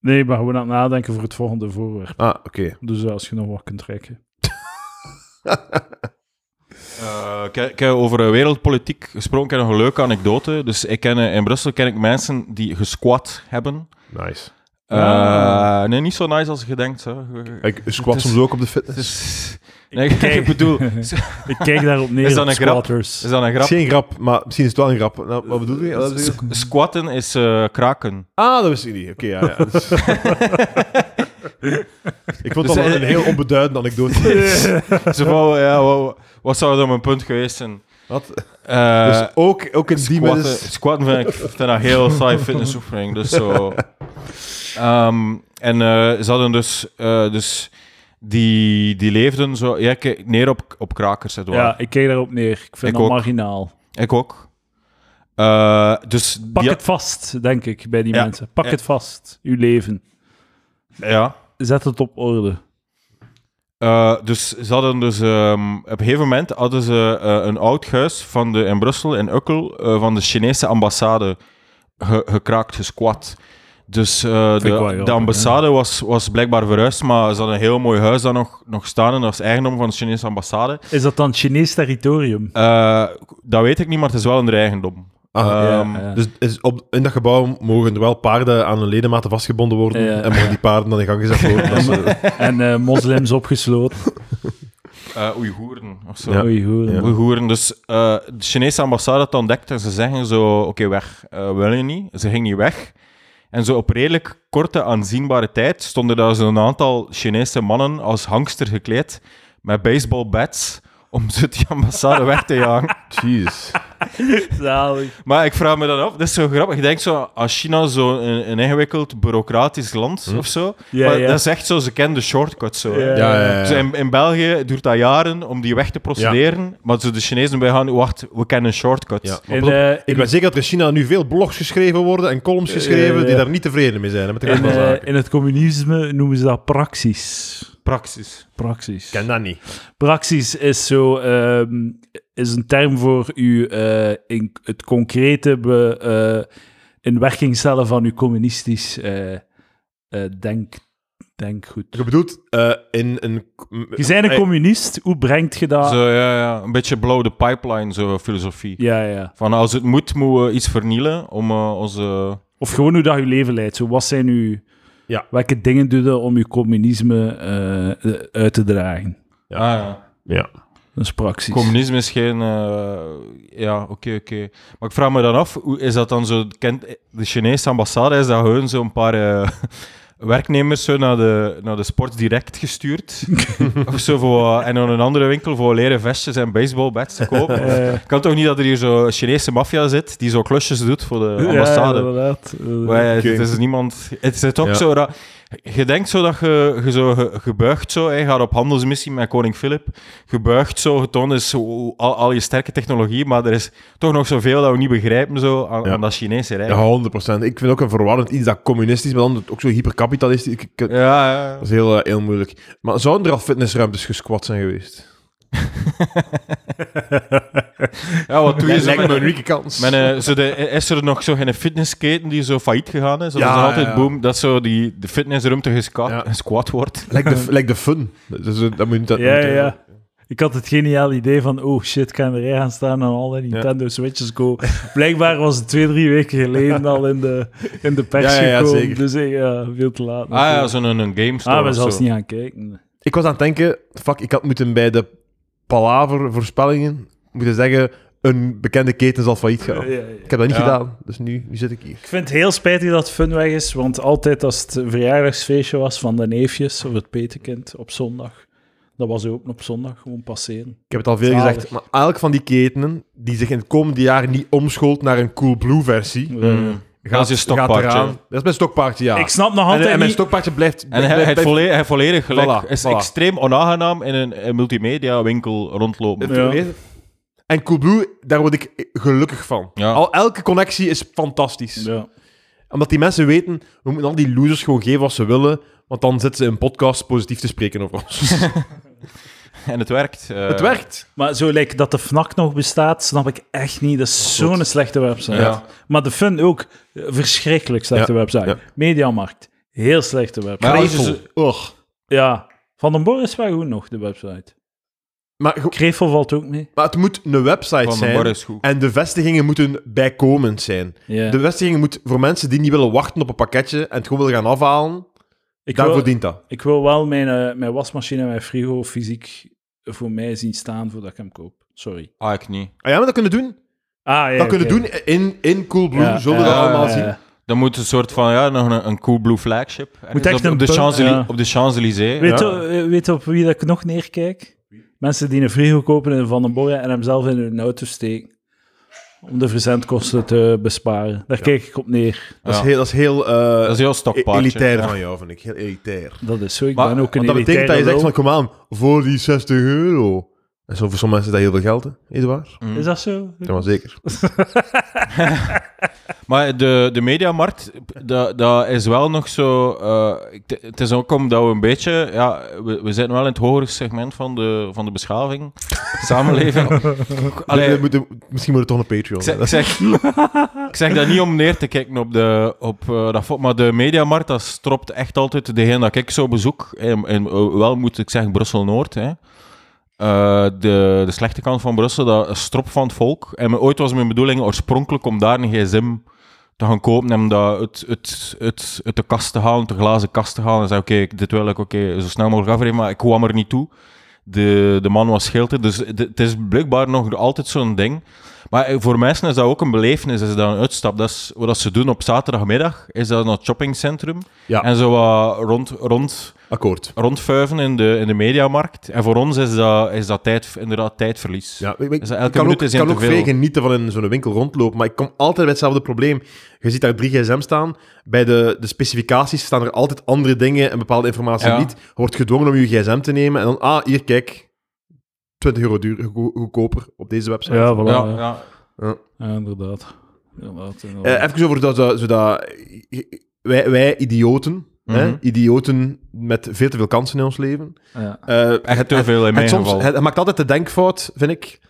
Nee, maar gewoon aan het nadenken voor het volgende voorwerp.
Ah, oké.
Dus als je nog wat kunt trekken.
Eh, ik, ik heb over eh, wereldpolitiek gesproken. Ik heb nog een leuke anekdote. Dus ik ken, eh, in Brussel ken ik mensen die gesquat hebben.
Nice.
Eh,
Ah.
Nee, niet zo nice als je denkt. Hè. Je-
Ik squat
Het is-
soms ook op de fitness.
Het is- nee, ik bedoel, is
Ik kijk daarop neer.
Is dat
op
een grap?
squatters.
dat een
Het is
grap?
geen grap, maar misschien is het wel een grap. Nou, wat bedoel je? Dat is-
S- Squatten is eh, kraken.
Ah, dat wist ik niet. Oké, ja. ja. Dat is- ik vond
Dus,
dat wel
eh,
een heel onbeduidende anekdote.
Zo van, ja, wat, wat zou dan mijn punt geweest zijn?
Wat?
Eh,
dus ook, ook in die
squatten,
mensen...
squatten vind ik vind dat een heel saai fitnessoefening. Dus zo. Ehm, en eh, ze hadden dus, eh, dus die, die leefden zo. Ja, ik- neer op, op krakers, het
Ja, ik kijk daarop neer. Ik vind
Ik
dat
ook.
marginaal.
Ik ook. Eh, dus
Pak
die-
het vast, denk ik, bij die
Ja.
mensen. Pak
Ja.
het vast, uw leven.
ja.
Zet het op orde.
Eh, dus ze hadden dus, ehm, op een gegeven moment hadden ze eh, een oud huis van de, in Brussel, in Ukkel, eh, van de Chinese ambassade ge- gekraakt, gesquat. Dus eh,
ik wel
de,
grappig,
de ambassade was, was blijkbaar verhuisd, maar ze hadden een heel mooi huis daar nog, nog staan en dat was eigendom van de Chinese ambassade.
Is dat dan Chinees territorium?
Eh, dat weet ik niet, maar het is wel een eigendom.
Ah, ja.
Ehm,
ja, ja.
Dus is op, in dat gebouw mogen er wel paarden aan hun ledematen vastgebonden worden
Ja.
en mogen die paarden dan in gang gezet worden. Dat is, eh,
en eh, moslims opgesloten.
eh Oeigoeren of zo.
Ja.
Oei, hoor.
Ja.
Oeigoeren. Dus eh, de Chinese ambassade had dat ontdekt en ze zeggen zo, oké, weg. Eh, wil je niet? Ze ging niet weg. En zo op redelijk korte, aanzienbare tijd stonden daar zo'n aantal Chinese mannen als hangster gekleed met baseballbats om ze die ambassade weg te jagen.
eh, Jeez.
Zalig.
Maar ik vraag me dan af, dat is zo grappig. Ik denk zo, als China zo'n een, een ingewikkeld bureaucratisch land of zo,
Hm. Ja,
maar
ja.
dat is echt zo, ze kennen de shortcut zo. hè.
Ja.
Ja, ja, ja.
Dus in, in België duurt dat jaren om die weg te procederen. Maar zo de Chinezen bij gaan, wacht, we kennen een shortcut.
Ja.
In,
pas op,
eh,
Ik
in-
ben zeker dat er in China nu veel blogs geschreven worden en columns geschreven
ja, ja.
die daar niet tevreden mee zijn. hè, Met de gang
in,
van
eh,
zaken.
in het communisme noemen ze dat praxis.
Praxis.
Praxis.
Ik ken dat niet.
Praxis is zo ehm, is een term voor u eh, in het concrete be- eh, in werking stellen van uw communistisch eh, eh, denk, denkgoed.
Je bedoelt, eh, in een... eh,
Je bent een
Hey,
communist, hoe brengt je
Ah.
dat?
Zo, ja, ja. Een beetje blow the pipeline, zo filosofie.
Ja, ja.
Van als het moet, moeten we iets vernielen om eh, onze...
Of gewoon hoe dat je leven leidt. Zo, wat zijn uw...
Ja.
Welke dingen doe je om je communisme eh, eh, uit te dragen?
Ja.
Ah, ja.
Ja.
Dat is praxis.
Communisme is geen... eh, ja, oké, oké. Maar ik vraag me dan af, hoe is dat dan zo... Kent eh, de Chinese ambassade, is dat gewoon zo'n paar... eh, Werknemers zo naar de, naar de Sports Direct gestuurd. of zo voor, eh, en naar een andere winkel voor leren vestjes en baseballbats te kopen.
Eh,
Het kan toch niet dat er hier zo'n Chinese maffia zit die zo klusjes doet voor de
Ja,
ambassade?
inderdaad. Eh,
Wij, het, het is niemand... Het is toch
Ja.
zo dat... Je denkt zo dat je, je zo ge- gebuigd zo... hè, Je gaat op handelsmissie met koning Filip. Gebuigd zo, getoond is zo, al, al je sterke technologie. Maar er is toch nog zoveel dat we niet begrijpen zo, aan,
Ja.
aan dat Chinese rijk. Ja,
Ja, 100%. Ik vind ook een verwarrend iets dat communistisch, maar dan ook zo hyperkapitalistisch. Ik- ik- Dat
ja.
is heel, eh, heel moeilijk. Maar zouden er al fitnessruimtes gesquat zijn geweest?
ja, wat doe je zo
lijkt me een
met...
unieke kans.
met een- zo de, is er nog zo geen fitnessketen die zo failliet gegaan is? Dat
Ja,
is nog altijd
ja, ja.
boom dat zo die, de fitnessruimte gesquat,
Ja.
gesquat wordt.
Lijkt de, lijkt de fun. Dus, eh, dat moet, dat
Ja,
moet,
ja,
eh,
ja. Ik had het geniaal idee van, oh shit, ik ga in de rij gaan staan en al die Nintendo Switches go. Blijkbaar was het twee, drie weken geleden al in de, in de pers
Ja, ja, ja,
gekomen.
zeker.
Dus ik, ja, veel te laat.
Ah ja, zo'n een GameStop.
ah, we zelfs niet gaan kijken.
Ik was aan het denken, fuck, ik had moeten bij de palaver voorspellingen moeten zeggen, een bekende keten zal failliet gaan.
Ja, ja, ja.
Ik heb dat niet
Ja.
gedaan, dus nu, nu zit ik hier.
Ik vind het heel spijtig dat Fun weg is, want altijd als het verjaardagsfeestje was van de neefjes of het petekind op zondag, dat was open op zondag, gewoon passeren.
Ik heb het al veel
Zalig.
gezegd, maar elk van die ketenen die zich in het komende jaar niet omschoolt naar een Cool Blue versie,
Mm. Dat is je stokpaardje.
eraan. Dat is mijn stokpaardje, ja.
Ik snap nog
en,
altijd
en mijn
niet...
stokpaardje blijft...
En hij,
blijft-
hij heeft
blijft-
volle- hij heeft volledig gelijk.
Voilà,
is
voilà.
extreem onaangenaam in een, een multimedia winkel rondlopen.
Ja.
blijft verwezen. En Cool Blue, daar word ik gelukkig van.
Ja.
Al, elke connectie is fantastisch.
Ja.
Omdat die mensen weten, we moeten al die losers gewoon geven wat ze willen, want dan zitten ze in podcasts positief te spreken over ons.
En het werkt. eh.
het werkt.
Maar zo like, dat de FNAC nog bestaat, snap ik echt niet. Dat is zo'n slechte website.
Ja.
Maar de Fun ook, eh, verschrikkelijk slechte
Ja,
website.
ja.
Mediamarkt, heel slechte website.
Maar als
Krevel.
je ze- och.
Ja, Van den Boris wel goed nog, de website.
Maar, ge-
Krevel valt ook mee.
maar het moet een website
Van de
zijn.
Boris goed.
En de vestigingen moeten bijkomend zijn.
Ja.
De vestiging moet voor mensen die niet willen wachten op een pakketje en het gewoon willen gaan afhalen,
ik,
daarvoor
wil,
dient dat.
ik wil wel mijn, eh, mijn wasmachine en mijn frigo fysiek voor mij zien staan voordat ik hem koop. Sorry.
Ah, ik niet.
Ah ja, maar dat kunnen doen.
Ah, ja,
Dat kunnen
oké.
doen in, in Coolblue,
Ja,
zullen we
ja,
dat allemaal
ja,
zien.
ja.
Dan moet een soort van, ja, nog een, een cool blue flagship. Ergens
echt
op,
een
op de
pun-
Champs
ja.
op de Champs-Élysées.
Weet,
ja.
je, eh, weet je op wie dat ik nog neerkijk? Mensen die een frigo kopen in Van den Borre en hem zelf in hun auto steken. Om de verzendkosten te besparen. Daar kijk ik op neer.
Dat is
Ja.
heel, dat is heel, eh,
Dat is heel stokpaardje.
elitair
Ja.
van jou, vind ik. Heel elitair.
Dat is zo. Ik
Maar-
ben ook een
Want dat betekent dat je
elitaire
zegt van,
lul.
kom aan, voor die 60 euro. En zo voor sommige mensen is dat heel veel geld, hè, Eduard?
Mm.
Is dat zo?
Ja, maar zeker.
Maar de, de mediamarkt, dat, dat is wel nog zo... eh, ik- het is ook omdat we een beetje... Ja, we, we zitten wel in het hogere segment van de, van de beschaving. Samenleving. Allee,
We moeten- misschien moet het toch een Patreon.
ik, zeg,
hè.
ik, zeg, ik zeg dat niet om neer te kijken op, de, op eh, dat fo- Maar de mediamarkt, dat stropt echt altijd degene dat ik zo bezoek. En, en, eh, wel moet ik zeggen Brussel-Noord, hè. Eh, de, de slechte kant van Brussel, dat is strop van het volk. En mijn- ooit was mijn bedoeling oorspronkelijk om daar een gsm te gaan kopen en dat het, het, het, het de kast te halen, de glazen kast te halen. En zei, oké, ik- dit wil ik, oké, zo snel mogelijk afrekenen, maar ik kwam er niet toe. De, de man was schilder, dus het- het is blijkbaar nog altijd zo'n ding. Maar eh, voor mensen is dat ook een belevenis, is dat een uitstap. Dat is wat dat ze doen op zaterdagmiddag, is dat naar het shoppingcentrum.
Ja.
En zo wat rond, rond,
Akkoord.
rondvuiven in de, in de mediamarkt. En voor ons is dat, is dat tijd, inderdaad tijdverlies.
Ja, ik, ik
Dus elke
kan ook,
minuut is één
kan
te
ook
veel.
vrij genieten van in zo'n winkel rondlopen, maar ik kom altijd bij hetzelfde probleem. Je ziet daar drie gsm staan. Bij de, de specificaties staan er altijd andere dingen en bepaalde informatie
Ja.
niet. Je wordt gedwongen om je gsm te nemen en dan, ah, hier, kijk. 20 euro duur, goe- goedkoper op deze website.
Ja, voilà.
Ja,
Ja,
ja.
inderdaad. Inderdaad, inderdaad.
Eh, even over dat, dat- zodat wij, wij idioten, hè,
Mhm.
idioten met veel te veel kansen in ons leven.
Ja.
eh,
Echt
het-
te veel in
En
mijn
soms,
geval.
het, het maakt altijd de denkfout, vind ik.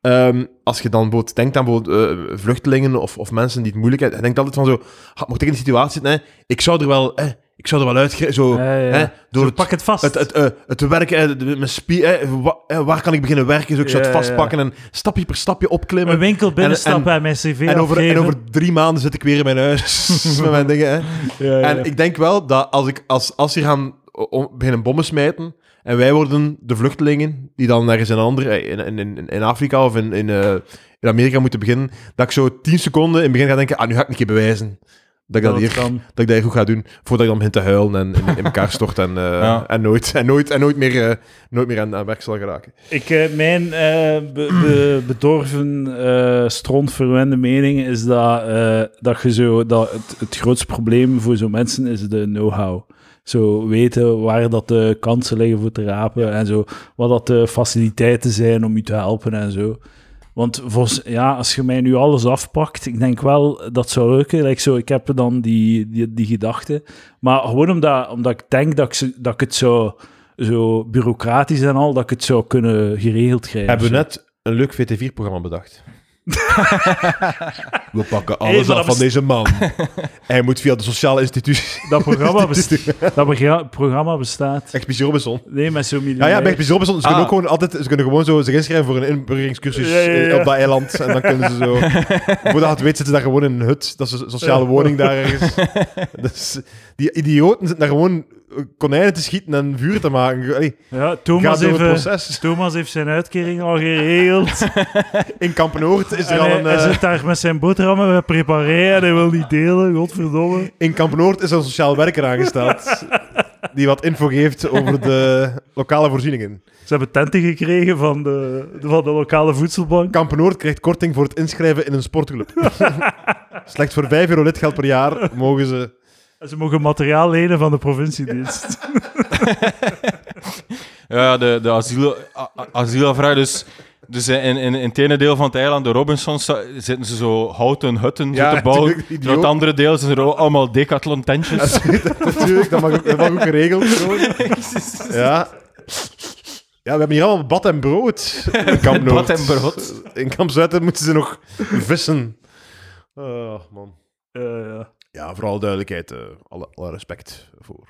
Ehm, als je dan bijvoorbeeld denkt aan bijvoorbeeld, eh, vluchtelingen of, of mensen die het moeilijk hebben, je denkt altijd van zo, "Ha, mocht ik in die situatie zitten, hè, ik zou er wel, hè, ik zou er wel uit, zo,
Ja, ja.
hè, door
Zo,
het,
pak het vast.
het, het, eh, het werken, hè, de- de- mijn spie, hè, wa- hè, waar kan ik beginnen werken, zo, ik zou het
Ja, ja.
vastpakken en stapje per stapje opklimmen.
Een winkel binnenstappen en, mijn cv
en over, en
afgeven.
over drie maanden zit ik weer in mijn huis met mijn dingen. Hè.
Ja, ja.
En ik denk wel dat als, ik, als, als ze gaan o- o- beginnen bommen smijten en wij worden de vluchtelingen die dan ergens in, een andere, in, in, in- in Afrika of in, in, eh, in Amerika moeten beginnen, dat ik zo tien seconden in het begin ga denken, ah, nu ga ik een keer bewijzen dat ik
het
dat, hier,
kan.
dat ik dat hier goed ga doen, voordat ik dan begin te huilen en in, in elkaar stort en, eh,
Ja.
en, nooit, en, nooit, en nooit meer, eh, nooit meer aan, aan werk zal geraken.
Ik, eh, mijn eh, be- be- bedorven, eh strontverwende mening is dat, eh, dat, je zo, dat het, het grootste probleem voor zo'n mensen is de know-how. Zo weten waar dat de kansen liggen voor te rapen en zo, wat dat de faciliteiten zijn om je te helpen en zo. Want volgens, ja, als je mij nu alles afpakt, ik denk wel dat zou lukken. Like zo, ik heb dan die, die, die gedachte. Maar gewoon omdat, omdat ik denk dat ik, ze- dat ik het zo, zo bureaucratisch en al, dat ik het zou kunnen geregeld krijgen.
Hebben we
Zo.
net een leuk VT4-programma bedacht. We pakken
Hey,
alles
maar
af
dat
van
bes-
deze man. Hij moet via de sociale instituties.
Dat programma, best- dat begra- programma bestaat.
Expeditie Robinson.
Nee, met zo'n
Ah Ja,
miljonair.
ja, bij Expeditie Robinson. Ze kunnen ook
Ah.
gewoon altijd, ze kunnen gewoon zo zich inschrijven voor een inburgeringscursus
Ja, ja, ja.
eh, op dat eiland. En dan kunnen ze zo... Voordat het weet zitten ze daar gewoon in een hut. Dat is een sociale woning daar ergens. Dus die idioten zitten daar gewoon eh, konijnen te schieten en vuur te maken. Allee,
Ja,
gaat
Thomas,
door
heeft,
het
eh,
proces.
Thomas heeft zijn uitkering al geregeld.
In Kampenoord is er
en
al
hij,
een...
hij
eh,
zit daar met zijn boterhammen we prepareren en hij wil niet delen, godverdomme.
In Kamp Noord is er een sociaal werker aangesteld. die wat info geeft over de lokale voorzieningen.
Ze hebben tenten gekregen van de, van de lokale voedselbank.
Kamp Noord krijgt korting voor het inschrijven in een sportclub. Slechts voor 5 euro lidgeld per jaar mogen ze.
En ze mogen materiaal lenen van de provinciedienst.
Ja, de, de asiel, a- a- asielafvraag. Dus, dus in, in, in het ene deel van het eiland, de Robinsons, sta- zitten ze zo houten hutten zo
Ja,
te bouwen.
tuurlijk, idioot.
Terwijl het andere deel zijn er allemaal decathlon tentjes.
Natuurlijk, dat mag, ook- dat mag ook geregeld. worden. Ja. Ja, we hebben hier allemaal bad en brood. In Kamp Noord.
Bad en brood.
In Kamp Zuid moeten ze nog vissen. Oh, man.
Eh, ja.
Ja, vooral duidelijkheid. eh, alle, alle respect voor.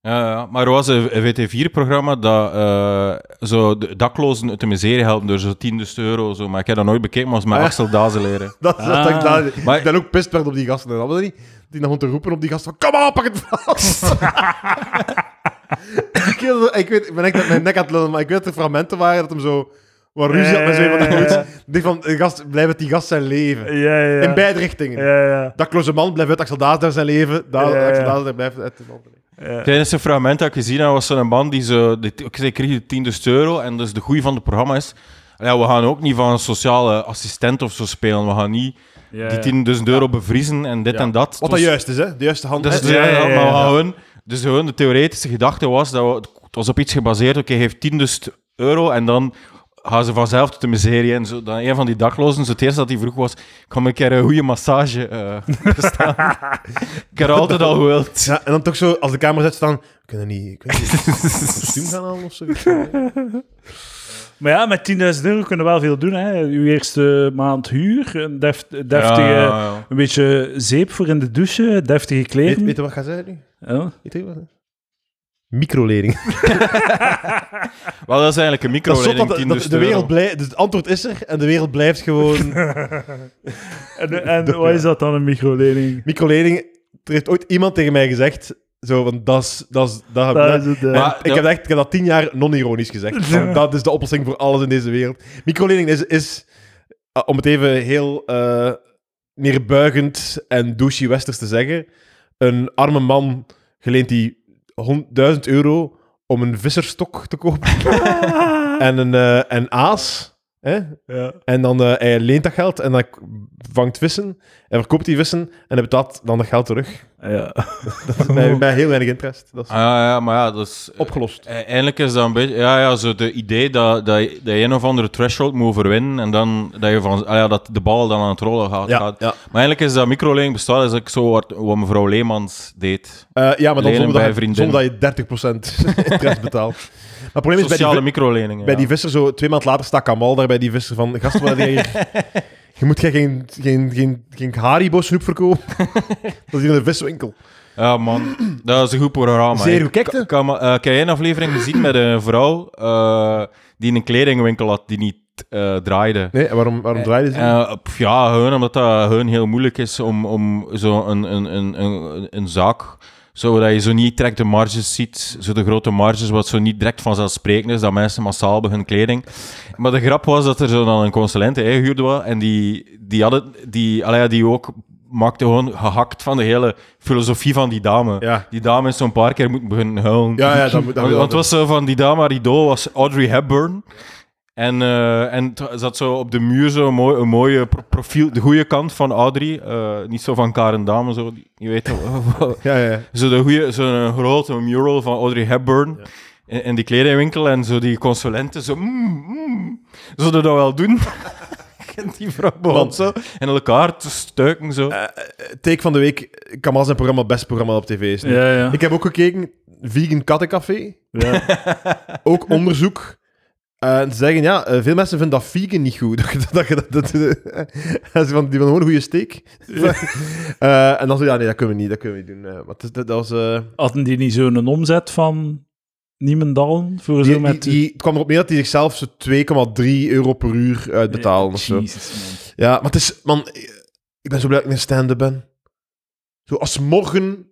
Ja, ja, maar er was een WT4-programma dat eh, zo de daklozen uit de miserie helpen door zo'n 10 euro. Zo. Maar ik heb dat nooit bekeken, maar was met
Ah.
Axel Dazen leren.
Dat, dat, dat ik
Ah.
daar,
maar-
ik dan ook pist werd op die gasten. En hadden die, die dan gewoon te roepen op die gasten van, kom op, pak het vast. ik, weet dat- ik weet, ik ben echt met mijn nek aan het lullen, maar ik weet dat er fragmenten waren dat hem zo, wat ruzie had met zo iemand
Eh.
anders. Ik denk van, eh, gast, blijf het die gast zijn leven.
Ja, ja.
In beide richtingen.
Ja, ja.
Dakloze man blijft uit Axel Daas daar zijn leven. Daar,
Ja, ja.
Axel Daas daar blijft uit zijn andere.
ja.
Het enige fragment dat ik gezien heb, was zo'n man die zo... die- Ik zei, kreeg je 10 euro. En dus de goeie van het programma is... Ja, we gaan ook niet van een sociale assistent of zo spelen. We gaan niet
ja,
die 10 euro bevriezen en dit
Ja.
en dat.
Wat
Het
dat
was-
juist is, hè? De juiste hand.
Dat is
hè?
dus,
Ja, ja, ja,
maar we gaan
ja.
gewoon- dus gewoon de theoretische gedachte was dat we, het was op iets gebaseerd. Oké, geef 10 dus euro en dan gaan ze vanzelf tot de miserie. En zo, dan een van die daklozen, zo het eerste dat hij vroeg was: kan ik een keer een goede massage eh bestaan? ik heb dat altijd al gewild.
Ja, en dan toch zo, als de camera zet staan, we kunnen niet, ik weet niet, een kostuum gaan halen of zoiets.
Maar ja, met 10.000 euro kunnen we wel veel doen. Hè. Uw eerste maand huur, een deft, deftige,
Ja, ja, ja.
een beetje zeep voor in de douche, deftige
Weet,
kleren.
weet je wat gaat zij nu?
Ja.
Weet je wat? Microlering.
Wel, dat is eigenlijk een
Dat is zot dat,
microlening,
dat
10
de wereld
euro.
blijft... Dus het antwoord is er en de wereld blijft gewoon...
En, en wat is dat dan, een microlening?
Microlening... Er heeft ooit iemand tegen mij gezegd... Zo, want dat is... Dat is, dat heb-
Dat
dat-
is het, eh.
En
Maar
ik,
dat-
heb echt, ik heb dat tien jaar non-ironisch gezegd. Want dat is de oplossing voor alles in deze wereld. Microlening is... is eh, om het even heel eh neerbuigend en douchey westers te zeggen... Een arme man geleent die 1000 euro om een visserstok te kopen. en een eh, en aas. Hè?
Ja.
En dan eh, hij leent dat geld en dan k- vangt vissen en verkoopt die vissen en hij betaalt dan dat geld terug.
Ja.
Bij, bij heel weinig interest. Dat is
Ah, ja, ja, maar ja, dat is... eh,
opgelost.
e- Eindelijk is dat een beetje... Ja, ja, zo de idee dat, dat, je- dat je een of andere threshold moet overwinnen en dan dat, je van, ah, ja, dat de bal dan aan het rollen gaat.
Ja,
gaat.
ja.
Maar eigenlijk is dat microlening bestaan is ik zo wat, wat mevrouw Leemans deed.
Eh, ja, maar dan
Lenen
zonder
bij
dat, je-
vriendinnen.
zonder dat je 30% interest betaalt. Maar het probleem is bij die,
Sociale
vi-
microleningen.
bij
ja.
die visser, zo twee maanden later staat Kamal daar bij die visser van, gast, wat heb jij hier? Je moet jij geen, geen, geen, geen Haribo snoep verkopen. dat is hier in de viswinkel.
Ja, man. Dat is een goed programma.
Zeer
hè.
goed, kijk, hè?
Ik kan, eh, ik heb één aflevering gezien met een vrouw eh, die een kledingwinkel had die niet eh, draaide.
Nee, en waarom, waarom draaide ze?
Eh, pff, ja, gewoon omdat dat gewoon heel moeilijk is om, om zo'n een, een, een, een, een zaak, zodat je zo niet direct de marges ziet, zo de grote marges, wat zo niet direct vanzelfsprekend is, dat mensen massaal bij hun kleding. Maar de grap was dat er zo dan een consulent ingehuurd was en die, die, had het, die, allee, ja, die ook maakte gewoon gehakt van de hele filosofie van die dame.
Ja.
Die dame is zo'n paar keer moeten beginnen huilen.
ja, ja, dat moet... dat
Want,
moet-
want het was zo van die dame Rideau was Audrey Hepburn. En, eh, en t- zat zo op de muur zo een mooi, een mooie pro- profiel, de goede kant van Audrey. eh, niet zo van Karen Dame, zo, die- je weet wel.
Ja, ja, ja.
zo de goeie- zo'n grote mural van Audrey Hepburn. In, in die kledingwinkel en zo die consulenten zo... Mm, mm, zullen we dat wel doen? en die vrouw begon
Want-
zo in elkaar te stuiken zo.
Take van de week, Kamal zijn programma, het beste programma op tv is. nu.
Ja, ja.
Ik heb ook gekeken, Vegan Kattencafé,
ja.
ook onderzoek. En ze zeggen, ja, eh, veel mensen vinden dat vegan niet goed. Dat, je- dat, je dat, eh, dat, en ze van, die willen gewoon een goede steak. Eh, en dan zo, ja, nee, dat kunnen we niet, dat kunnen we niet doen. eh, want dat, dat, dat was, eh,
Hadden die niet zo'n omzet van niemendalen voor
die-
zo met...
die- die- het kwam erop neer dat die zichzelf zo 2,3 euro per uur uitbetalen. of zo.
Jezus,
Ja, maar het is... Man, ik ben zo blij dat ik een stand-up ben. Zo, als morgen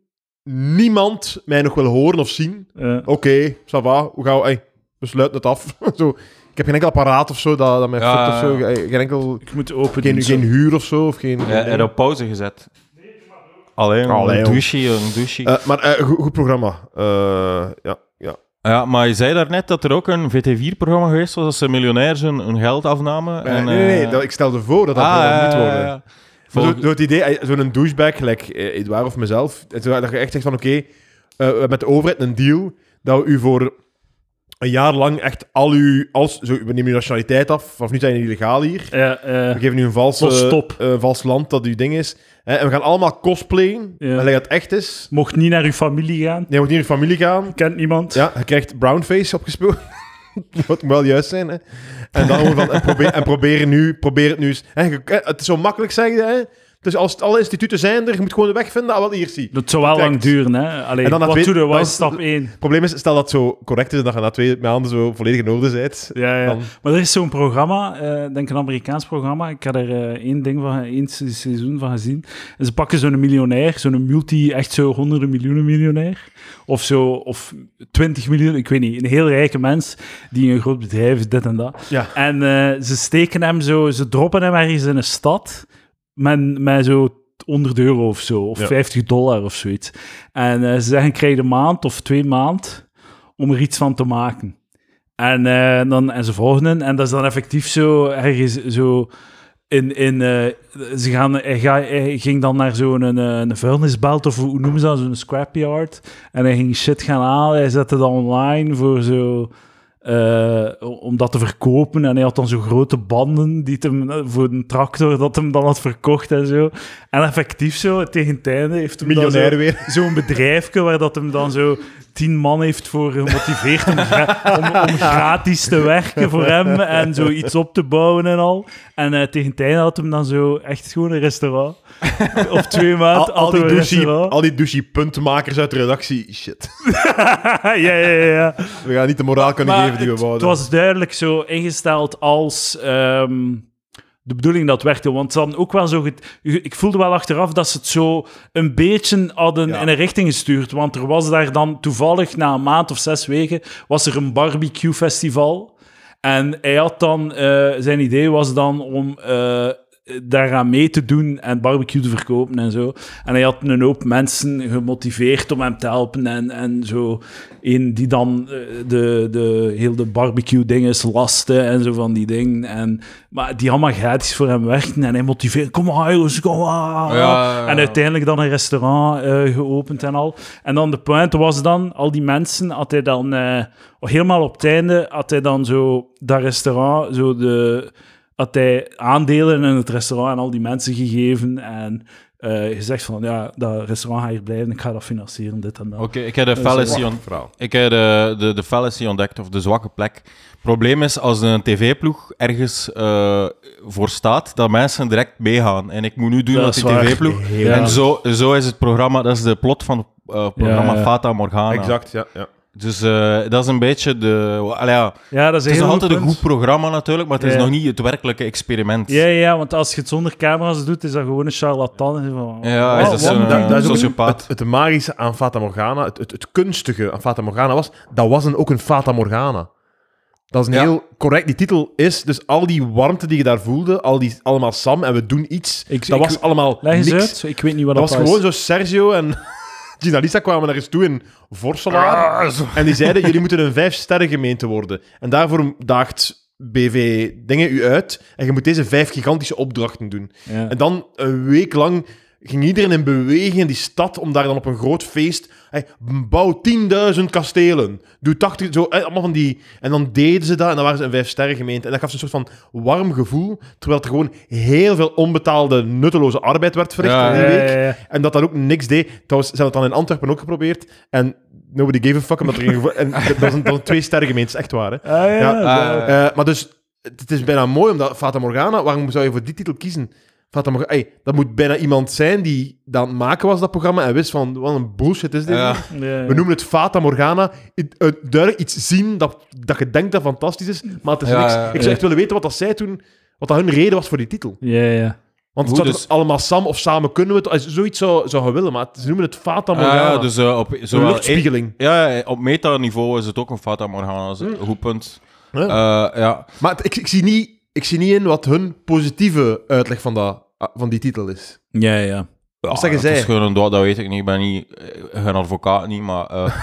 niemand mij nog wil horen of zien...
man. Ja.
Oké, ça va, hoe gaan we... Hey, we sluiten het af. zo, ik heb geen enkel apparaat of zo dat, dat mij
Ja,
fuckt of zo.
ja.
Hey, Geen enkel...
Ik moet open
Geen,
doen,
geen
zo.
huur of zo, of geen...
Eh, en op pauze gezet. Alleen
Allee,
een
joh.
douche, een douche.
Eh, maar eh, goed, goed programma. Eh, ja, ja.
Ja, maar je zei daarnet dat er ook een VT4-programma geweest was, als ze miljonairs hun, hun geld afnamen.
Eh,
en,
nee, nee, nee,
eh,
dat- ik stelde voor dat dat
ah,
programma
ja,
moet
ja,
worden.
ja,
Maar
ja.
zo-
Volg-
Door het idee, eh, zo'n douchebag, gelijk eh, Edouard of mezelf, en zo dat je echt zegt van oké, eh, we hebben met de overheid een deal dat we u voor een jaar lang echt al uw... Als, zo, we nemen uw nationaliteit af, vanaf nu zijn jullie illegaal hier.
Ja, eh,
We geven u een vals,
Vol
eh,
stop.
eh, vals land dat uw ding is. Eh, en we gaan allemaal cosplayen,
Ja.
gelijk dat het echt is.
mocht niet naar uw familie gaan.
Je moet niet in je familie gaan.
Kent niemand.
Ja, je krijgt brownface opgespeeld. Wat moet wel juist zijn, hè. En dan gewoon van, en probeer, en probeer nu, probeer het nu eens. Hè, je- hè, het is zo makkelijk, zeg je, hè. Dus als het- alle instituten zijn er, je moet gewoon de weg vinden. Ah, wel, hier, zie.
Dat zou wel
Correct.
lang duren, hè? Allee,
En dan dat
wat
weet-
doe je? Wat
dat
is
is-
stap 1?
Het probleem is, stel dat het zo correct is en dat je na twee maanden zo volledig in orde bent.
Ja, ja.
Dan-
Maar er is zo'n programma, eh, denk een Amerikaans programma. Ik had er eh, één ding van, één se- seizoen van gezien. En ze pakken zo'n miljonair, zo'n multi, echt zo honderden miljoenen miljonair. Of zo, of 20 miljoen, ik weet niet. Een heel rijke mens die in een groot bedrijf is, dit en dat.
Ja.
En eh, ze steken hem zo, ze droppen hem ergens in een stad met, met zo 100 euro of zo, of
Ja.
50 dollar of zoiets. En eh, ze zeggen, krijg je een maand of twee maand om er iets van te maken. En, eh, dan, en ze volgen hen. En dat is dan effectief zo ergens zo... In, in, eh, ze gaan, hij, ga, hij ging dan naar zo'n een, een vuilnisbelt, of hoe noemen ze dat, zo'n scrapyard. En hij ging shit gaan halen. Hij zette dat online voor zo... eh, om dat te verkopen. En hij had dan zo grote banden die het hem, eh, voor een tractor dat hem dan had verkocht en zo. En effectief zo, tegen het einde heeft hem dan zo-
Miljonair weer.
zo'n bedrijfje waar dat hem dan zo tien man heeft voor gemotiveerd om, gra- om, om gratis te werken voor hem en zo iets op te bouwen en al. En eh, tegen het einde had hem dan zo echt gewoon een restaurant. Op twee
Al,
maanden
al,
had
die
hem een
douche,
restaurant.
al die douche puntmakers uit de redactie. Shit.
ja, ja, ja. ja.
We gaan niet de moraal kunnen
Maar
geven die we
het, het
wouden.
was duidelijk zo ingesteld als ehm, de bedoeling dat het werkte. Want dan ook wel zo. get- Ik voelde wel achteraf dat ze het zo een beetje hadden
Ja.
in een richting gestuurd. Want er was daar dan toevallig na een maand of zes weken was er een barbecue festival. En hij had dan, eh, zijn idee was dan om eh, daaraan mee te doen en barbecue te verkopen en zo. En hij had een hoop mensen gemotiveerd om hem te helpen en, en zo. Een die dan eh, de, de heel de barbecue dinges laste en zo van die dingen. En, maar die allemaal gratis voor hem werkten en hij motiveerde, kom maar jongens, kom maar.
Ja, ja, ja.
En uiteindelijk dan een restaurant eh, geopend en al. En dan de pointe was dan, al die mensen had hij dan, eh, helemaal op het einde, had hij dan zo dat restaurant, zo de, had hij aandelen in het restaurant aan al die mensen gegeven en eh, gezegd van, ja, dat restaurant gaat hier blijven, ik ga dat financieren, dit en dat.
Oké, ik heb de fallacy on-
verhaal.
Ik heb de, de, de fallacy ontdekt, of de zwakke plek. probleem is, als een tv-ploeg ergens eh, voor staat, dat mensen direct meegaan. En ik moet nu doen
Dat
dat
is
die
waar.
tv-ploeg...
Heel
En
waar.
zo, zo is het programma, dat is de plot van het eh, programma
Ja, ja.
Fata Morgana.
Exact, ja. ja.
Dus eh, dat is een beetje de... allee, ja,
Ja, dat is,
het is
heel
nog altijd een
punt.
goed programma natuurlijk, maar het is
Ja.
nog niet het werkelijke experiment.
Ja, ja, want als je het zonder camera's doet, is dat gewoon een charlatan. En Van,
Ja, is
wat-
dat
wat
zo'n,
moet ik
eh,
doen?
ook
sociopaat.
Het, het magische aan Fata Morgana, het, het, het kunstige aan Fata Morgana was, dat was een, ook een Fata Morgana. Dat is een
Ja.
heel correct. Die titel is dus al die warmte die je daar voelde, al die, allemaal Sam en we doen iets.
Ik-
dat
ik-
was allemaal
Leg eens
niks.
uit, ik weet niet wat
Dat
dat,
was gewoon zo Sergio en Gina Lisa kwamen naar eens toe in
Ah,
Vorselaar. En die zeiden, jullie moeten een vijfsterrengemeente worden. En daarvoor daagt BV dingen u uit. En je moet deze vijf gigantische opdrachten doen.
Ja.
En dan een week lang ging iedereen in beweging in die stad om daar dan op een groot feest... Hey, bouw 10.000 kastelen. Doe 80... Zo, hey, allemaal van die... En dan deden ze dat en dan waren ze een vijfsterrengemeente. En dat gaf ze een soort van warm gevoel, terwijl er gewoon heel veel onbetaalde, nutteloze arbeid werd verricht
Ja,
in die
Ja,
week.
ja, ja.
En dat dat ook niks deed. Trouwens, ze hebben het dan in Antwerpen ook geprobeerd. En nobody gave a fuck, omdat er geen gevo- En dat was een, dat was een twee sterren gemeente, echt waar. Hè?
Ah, ja,
Ja,
ja.
eh,
Eh, maar dus, het het is bijna mooi, omdat Fata Morgana... Waarom zou je voor die titel kiezen? Fata Morgana... ey, dat moet bijna iemand zijn die dat aan het maken was, dat programma, en wist van, wat een bullshit is dit.
Ja.
Ja,
We noemen het Fata Morgana. Het- het duidelijk iets zien dat, dat je denkt dat fantastisch is, maar het is
Ja,
niks.
ja, ja.
Ik zou echt willen weten wat dat zij toen... Wat dat hun reden was voor die titel.
ja, ja.
Want het
Hoe
staat
dus?
er allemaal Sam of samen kunnen we het. als- Zoiets zou, zou je willen, maar ze noemen het Fata
Ah, ja,
Morgana.
dus eh, op,
Zo'n
zowel
luchtspiegeling.
Ja, ja, op metaniveau is het ook een Fata Morgana. Dat is een goed punt.
Ja.
Eh, Hm. ja.
Maar het- ik, ik, zie niet, ik zie niet in wat hun positieve uitleg van, dat, ah, van die titel is.
Ja, ja.
Wat zeggen
dat
zij?
Ah, is gewoon een dood, dat weet ik niet. Ik ben niet, eh, geen advocaat, niet, maar... eh,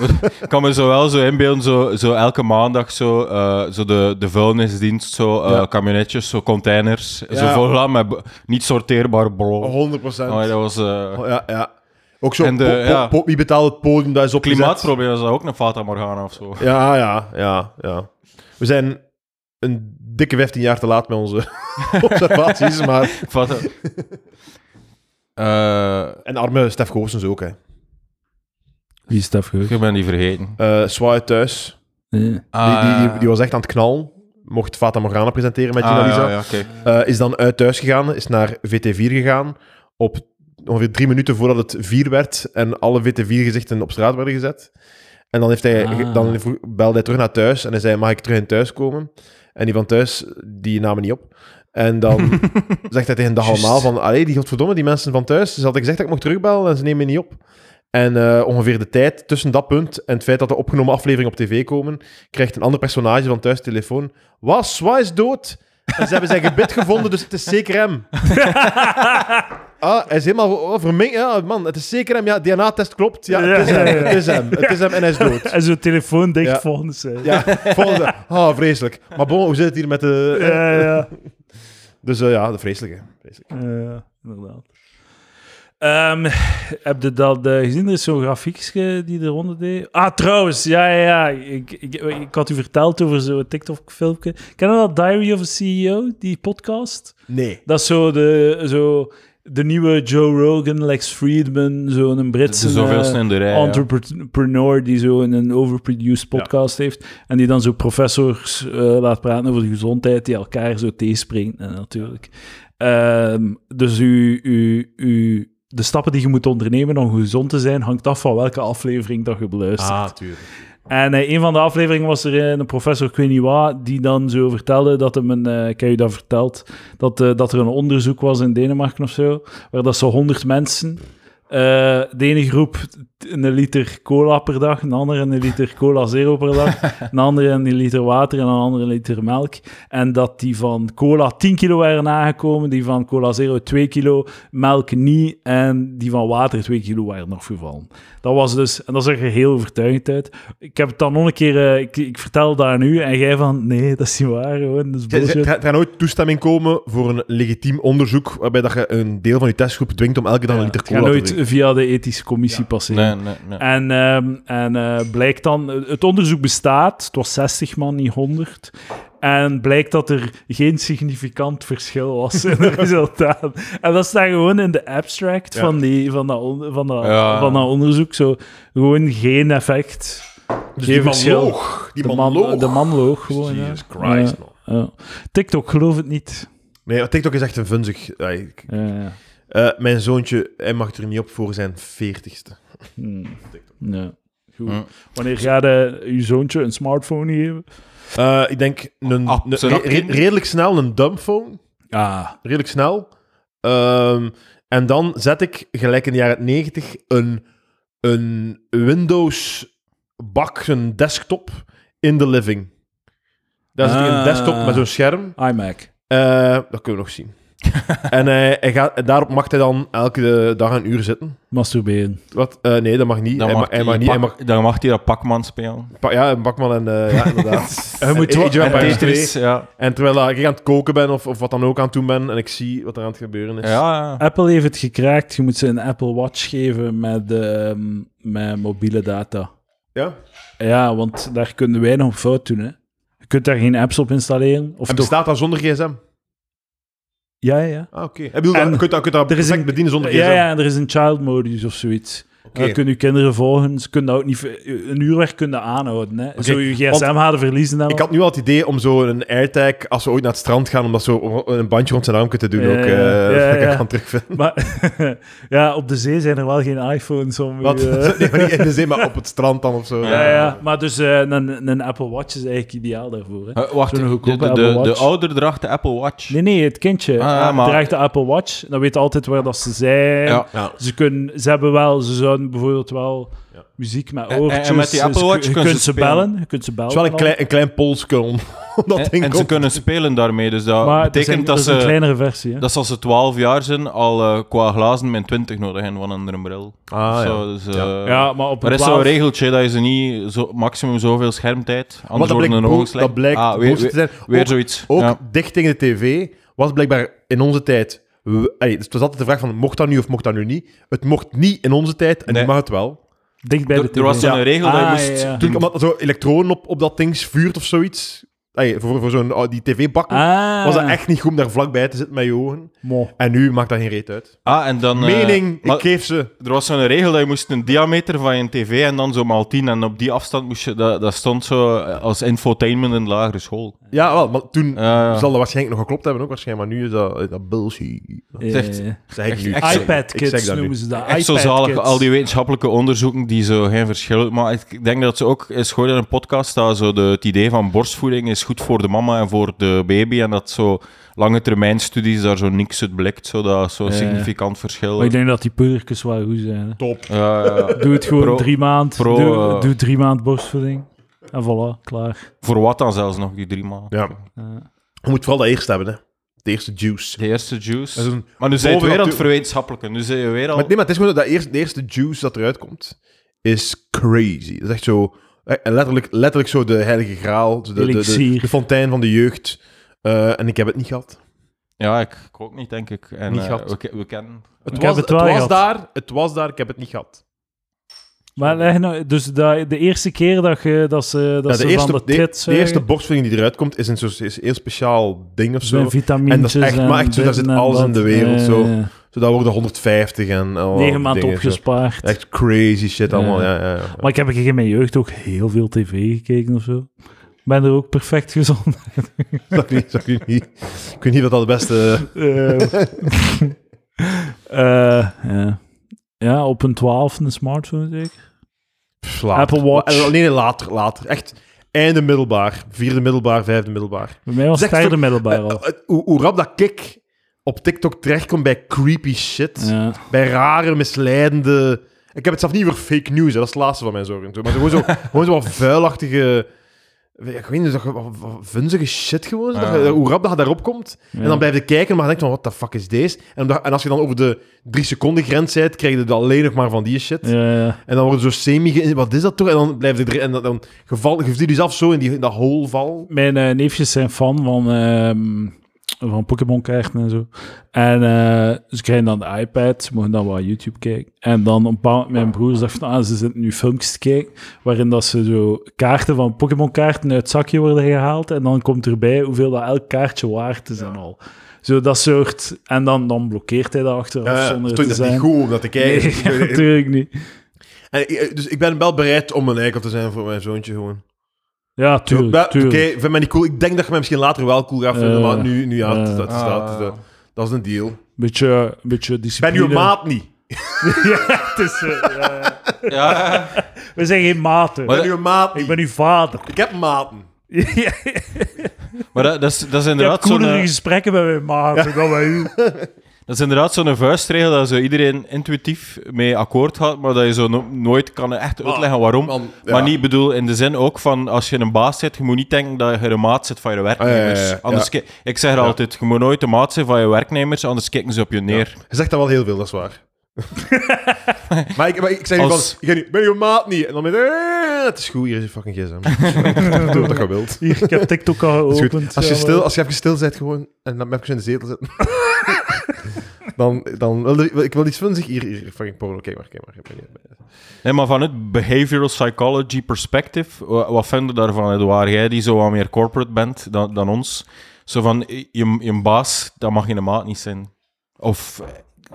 ik kan me zo wel zo inbeelden, zo, zo elke maandag zo, eh, zo de, de vuilnisdienst, zo eh
Ja.
kamionetjes, zo containers, zo
Ja.
vol aan met b- niet sorteerbaar bro.
100 procent.
Oh, dat was... eh,
ja, ja. Ook zo,
En de-
po- po-
ja.
po- wie betaalt het podium, dat is opgezet.
klimaatprobleem is dat ook een Fata Morgana of zo.
Ja, ja, ja, ja. We zijn een dikke 15 jaar te laat met onze observaties, maar...
Fata... Eh,
En arme Stef Goossens ook, hè.
Wie is dat voor?
ik ben die vergeten.
Eh Zwaai thuis.
Nee.
Die, die, die, die was echt aan het knallen. Mocht Fata Morgana presenteren met Gina
Ah,
Lisa.
ja, ja, oké.
Eh, is dan uit thuis gegaan, is naar VT4 gegaan. Op ongeveer drie minuten voordat het vier werd en alle VT4-gezichten op straat werden gezet. En dan, heeft hij,
Ah.
ge- dan vroeg- belde hij terug naar thuis en hij zei, mag ik terug in thuis komen? En die van thuis, die namen niet op. En dan zegt hij tegen de
Juist.
allemaal van, allee, die godverdomme, die mensen van thuis, ze hadden gezegd dat ik mocht terugbellen en ze nemen me niet op. En eh, ongeveer de tijd tussen dat punt en het feit dat de opgenomen afleveringen op tv komen, krijgt een ander personage van thuis telefoon. Was, Swa is dood. En Dus ze hebben zijn gebit gevonden, dus het is zeker hem. ah, hij is helemaal oh, verminkt. Ja, man, het is zeker hem. Ja, DNA-test klopt. Ja, het is
Ja,
hem.
ja, ja.
Het is hem. Het is hem en hij is dood.
En zo'n telefoon dicht
Ja.
volgens hè.
Ja, volgende. Ah, vreselijk. Maar bon, hoe zit het hier met de... eh,
Ja, ja.
Dus eh, ja, de vreselijke. vreselijke.
Ja, inderdaad. Ehm, heb je dat eh, gezien? Er is zo'n grafiekje die eronder deed. Ah, trouwens, ja, ja, ja. Ik, ik, ik had u verteld over zo'n TikTok-filmpje. Ken je dat Diary of a CEO, die podcast?
Nee.
Dat is zo de, zo de nieuwe Joe Rogan, Lex Friedman, zo'n
Het is
Britse...
de zoveelste
eh,
in de rij. ja.
entrepreneur die zo in een overproduced podcast heeft en die dan zo professors eh, laat praten over de gezondheid die elkaar zo tegenspringt en natuurlijk. Ehm, dus u, u, u, de stappen die je moet ondernemen om gezond te zijn hangt af van welke aflevering dat je beluistert.
Ah, tuurlijk.
En eh, een van de afleveringen was er eh, een professor, ik weet niet wat, die dan zo vertelde dat hem een, eh, ik heb je dat verteld, dat, eh, dat er een onderzoek was in Denemarken of zo, waar dat ze 100 mensen, eh, de ene groep t- een liter cola per dag, een andere een liter cola zero per dag, een andere een liter water en een andere een liter melk. En dat die van cola 10 kilo waren aangekomen, die van cola zero 2 kilo, melk niet en die van water 2 kilo waren afgevallen. Dat was dus, en dat zag er heel overtuigend uit. Ik heb het dan nog een keer, eh, ik, ik vertel daar nu en jij van, nee, dat is niet waar, gewoon, dat is
Er
bullshit.
gaat nooit toestemming komen voor een legitiem onderzoek waarbij dat je een deel van je testgroep dwingt om elke dag een
Ja,
liter
het gaat
cola te
nooit
drinken.
via de ethische commissie passeren.
Nee, nee, nee.
En, ehm, en eh, blijkt dan, het onderzoek bestaat, het was 60 man, niet 100. En blijkt dat er geen significant verschil was in het resultaat. En dat staat gewoon in de abstract
Ja.
van, die, van, dat on- van, dat,
Ja.
van dat onderzoek. Zo, gewoon geen effect.
Dus
Geen
die man
verschil.
loog. Die
de,
man,
man,
loog.
de man loog gewoon. ja.
Jesus Christ, man.
Ja, ja. TikTok, geloof het niet.
Nee, TikTok is echt een vunzig... ja, ik-
Ja, ja.
Eh, mijn zoontje, hij mag er niet op voor zijn veertigste.
Hm. Ja. Goed.
Hm.
Wanneer ga je je zoontje een smartphone geven?
Eh ik denk een,
Ah,
een-
zodat
re-
kind-
redelijk snel een dumbphone.
Ah,
Redelijk snel. Ehm, en dan zet ik, gelijk in de jaren 90, een, een Windows-bak, een desktop, in de living. Daar zit ik een
Ah.
desktop met zo'n scherm.
iMac.
Eh, dat kunnen we nog zien. en hij, hij gaat, en daarop mag hij dan elke dag een uur zitten.
Masturberen.
Wat? Eh, nee, dat mag niet.
Dan
Hij
mag
mag, hij
die
mag niet. Hij
pak-
mag,
Dan mag hij dat Pac-Man spelen.
pa- ja, een bakman en... eh, ja, inderdaad.
Hij moet
Age of
wel-
Empires
en
twee.
Tetris, ja.
En terwijl dat ik aan het koken ben of, of wat dan ook aan het doen ben en ik zie wat er aan het gebeuren is.
Ja, ja.
Apple heeft het gekraakt. Je moet ze een Apple Watch geven met, ehm, met mobiele data.
Ja?
Ja, want daar kunnen wij nog fout doen. Hè. Je kunt daar geen apps op installeren. Of
En
toch?
bestaat dat zonder gsm?
Ja, ja, ja.
Ah, oké. Ik bedoel,
En
je kunt dat, je kunt dat
er is
perfect
een-
bedienen zonder gsm.
Ja, ja, en er is een child modus of zoiets.
Oké.
En Dan kunnen je kinderen volgen. Ze kunnen dat ook niet, een uurwerk kunnen aanhouden. Hè. Zo je gsm
want-
hadden verliezen. Dan
Ik
wel.
had nu al het idee om zo een airtag, als we ooit naar het strand gaan, om dat zo een bandje rond zijn arm te doen.
Ja,
ook, eh,
ja.
dat
Ja,
ik
ja.
kan terugvinden.
Maar ja, op de zee zijn er wel geen iPhones om... u,
Wat?
eh,
Nee, maar niet in de zee, maar op het strand dan of zo.
ja, ja, maar dus eh, een, een Apple Watch is eigenlijk ideaal daarvoor. Hè.
Eh, wacht,
Zo'n
de,
goedkope
de,
Apple
de, de
Watch.
ouder draagt de Apple Watch.
Nee, nee, het kindje
Ah, ja,
eh,
maar-
draagt de Apple Watch. Dan weet altijd waar dat ze zijn.
Ja.
Ja.
Ze, kunnen, ze hebben wel, ze zouden bijvoorbeeld wel
Ja.
muziek met
en
oortjes.
met die Apple
ze-
Watch
je
kunnen
kunt
ze
ze
spelen.
bellen. Je kunt ze bellen.
Het is wel een klein, een klein polsje om, om dat
En,
ding
en
op
ze kunnen spelen daarmee, dus dat
Maar het is
betekent
een,
dat,
dat is
ze,
een kleinere versie. Hè?
dat ze als ze 12 jaar zijn al eh, qua glazen min 20 nodig hebben van onder een bril.
Ah,
zo,
ja.
dus, eh,
ja, maar op een
Maar er is zo'n
twaalf-
regeltje dat je ze niet zo, maximum zoveel schermtijd,
Maar
anders
dat
worden
blijkt,
hun
bo-
ogen slecht.
dat blijkt
Ah, weer,
boos te
weer,
zijn.
weer
Ook-
zoiets.
Ook
Ja.
dicht tegen de tv was blijkbaar in onze tijd. we- allee, dus het was altijd de vraag van mocht dat nu of mocht dat nu niet. Het mocht niet in onze tijd en
Nee.
nu mag het wel.
dicht bij de
Er,
tv.
er was zo'n
Ja.
regel dat je
Ah,
moest
ja, ja.
doen.
Natuurlijk omdat er zo elektronen op, op dat ding vuurt of zoiets. Allee, voor voor zo'n oh, die tv-bakken
Ah.
was dat echt niet goed om daar vlakbij te zitten met je ogen.
Mo.
En nu maakt dat geen reet uit.
Ah, en dan... eh,
Mening,
maar
ik geef ze.
Er was zo'n regel dat je moest een diameter van je tv en dan zo maal 10. En op die afstand moest je... Dat, dat stond zo als infotainment in de lagere school.
Ja, wel, maar toen
ja.
zal dat waarschijnlijk nog geklopt hebben ook waarschijnlijk. Maar nu is dat, dat bullshit. Dat
Eh,
Zegt-
zeg ik
Echt
nu.
excellent.
iPad
Ik zeg
kids
dat nu.
noemen ze dat.
Echt zo
iPad
zalig,
kids.
al die wetenschappelijke onderzoeken die zo geen verschil... Maar ik ik denk dat ze ook eens gooiden in een podcast dat zo de, het idee van borstvoeding is goed voor de mama en voor de baby. En dat zo lange termijn studies daar zo niks uit blikt. Zo dat is zo'n
Ja, ja.
significant verschil.
Maar ik denk dat die puurkes wel goed zijn. hè.
Top.
Ja, ja, ja.
Doe het gewoon
Eh, Pro-
drie maand.
pro,
doe,
eh,
doe drie maand borstvoeding. En voilà, klaar.
Voor wat dan zelfs nog die drie maanden?
Ja.
Ja.
Je moet vooral de eerste hebben, hè. De eerste juice.
De eerste juice.
Dat is een-
maar nu zijn
bovenop
je weer aan het
de-
verwetenschappelijken. Nu zijn je weer al...
Maar, nee, maar het is gewoon dat eerste, de eerste juice dat eruit komt, is crazy. Dat is echt zo... eh, Letterlijk, letterlijk zo de heilige graal. zo De, de, de,
Elixir.
de fontein van de jeugd. Eh, en ik heb het niet gehad.
Ja, ik, ik ook niet, denk ik. En,
Niet
eh,
gehad.
we, ke- we kennen...
Het
Ik
was,
heb
het
het wel
was
gehad.
daar, het was daar, ik heb het niet gehad.
Maar leg nou, dus dat, de eerste keer dat, je, dat ze, dat
Ja,
ze
de, eerste,
van de eh,
de, e-
tit
de eerste borstvoeding die eruit komt, is een, soort- is een heel speciaal ding of zo.
vitamines
En dat is echt- maar echt zo, daar zit alles in de wereld, zo. Zo, dat worden 150 en... al die
Negen maanden
dingen, zo.
opgespaard.
Echt crazy shit allemaal,
Ja.
ja, ja, ja.
Maar ik heb in mijn jeugd ook heel veel tv gekeken of zo. Ben er ook perfect gezond.
Dat weet ik- dat weet ik niet. Ik weet niet wat dat de beste...
Eh, eh, ja. ja, op een 12 een smartphone zeker.
Pff, later.
Apple Watch.
Maar- eh, Nee, nee, later, later. Echt einde middelbaar. Vierde middelbaar, vijfde middelbaar.
Bij mij was het
Zeg,
derde
ver-
middelbaar
Eh,
al.
eh, hoe, hoe rap dat kick op TikTok terechtkomt bij creepy shit.
Ja.
bij rare, misleidende... Ik heb het zelf niet over fake news, hè. dat is het laatste van mijn zorgen. Maar zo gewoon zo, gewoon zo wat vuilachtige... Ik weet niet, zo- wat- wat vunzige shit gewoon. zo.
Ja.
Dat je- Hoe rap dat je daarop komt.
Ah. Ja.
En dan blijf je kijken, maar je denkt van, what the fuck is deze? En, omdat- en als je dan over de drie seconden grens bent, krijg je het alleen nog maar van die shit.
Ja, ja.
En dan wordt het zo semi... ge- Wat is dat toch? En dan blijf je... er- En dan, dan geval, je ziet jezelf zo in, die, in dat hole val.
Mijn eh, neefjes zijn fan van, ehm, van Pokémon kaarten en zo. En eh, ze krijgen dan de iPad, ze mogen dan wel YouTube kijken. En dan een paar mijn broers dachten, ah, ze zitten nu filmpjes te kijken, waarin dat ze zo kaarten van Pokémon kaarten uit het zakje worden gehaald. En dan komt erbij hoeveel dat elk kaartje waard is en al. Zo dat soort... En dan, dan blokkeert hij dat achteraf
Ja,
zonder
toch,
te
dat is niet
zijn.
goed om dat te kijken.
Nee, natuurlijk niet.
En ik- dus ik ben wel bereid om een eikel te zijn voor mijn zoontje gewoon.
Ja,
Ja,
tuurlijk,
maar, Oké,
tuurlijk.
vind mij niet cool. Ik denk dat je mij misschien later wel cool gaat vinden,
Eh,
maar nu, nu ja,
eh,
het is- dat, is- dat,
Ah.
is- dat, dat is een deal. Ik
Beetje, beetje
ben
discipline.
je maat niet. Ik
Het is, eh, ja.
Ja,
We zijn geen maten.
Maar-
ben je maat
Ik
niet.
ben uw vader.
Ik heb maten.
ja,
maar dat, dat, is, dat, is
ik heb
inderdaad zo'n,
coolere
eh,
gesprekken met mijn maten dan bij u.
dat is inderdaad zo'n vuistregel dat zo iedereen intuïtief mee akkoord gaat, maar dat je zo no- nooit kan echt uitleggen waarom.
man, ja.
Maar niet bedoel in de zin ook van als je een baas zit, je moet niet denken dat je de maat zit van je werknemers.
Ah, ja, ja, ja.
Anders ki- ik zeg er altijd, je moet nooit de maat zijn van je werknemers, anders kicken ze op je neer.
Je zegt dat wel heel veel, dat is waar. maar, ik, maar ik zeg
Als-
Als... van, ik ga niet, ben je maat niet? En dan ben je, eh, het is goed, hier is je fucking gsm. Doe wat je wilt.
Hier, ik heb TikTok al
Dat is goed.
geopend.
Als je,
ja,
stil,
maar-
als je even stil bent gewoon, en dan even in de zetel zitten, dan, dan wil je- wil- ik wil iets van zich. Hier, hier, fucking porno, kijk maar, kijk maar. Ik ben hier.
Nee, maar vanuit behavioral psychology perspective, wa- wat vind je daarvan, Edouard? Jij die zo wat meer corporate bent dan, dan ons. Zo van, eh, je, je baas, dat mag je de maat niet zijn. Of eh,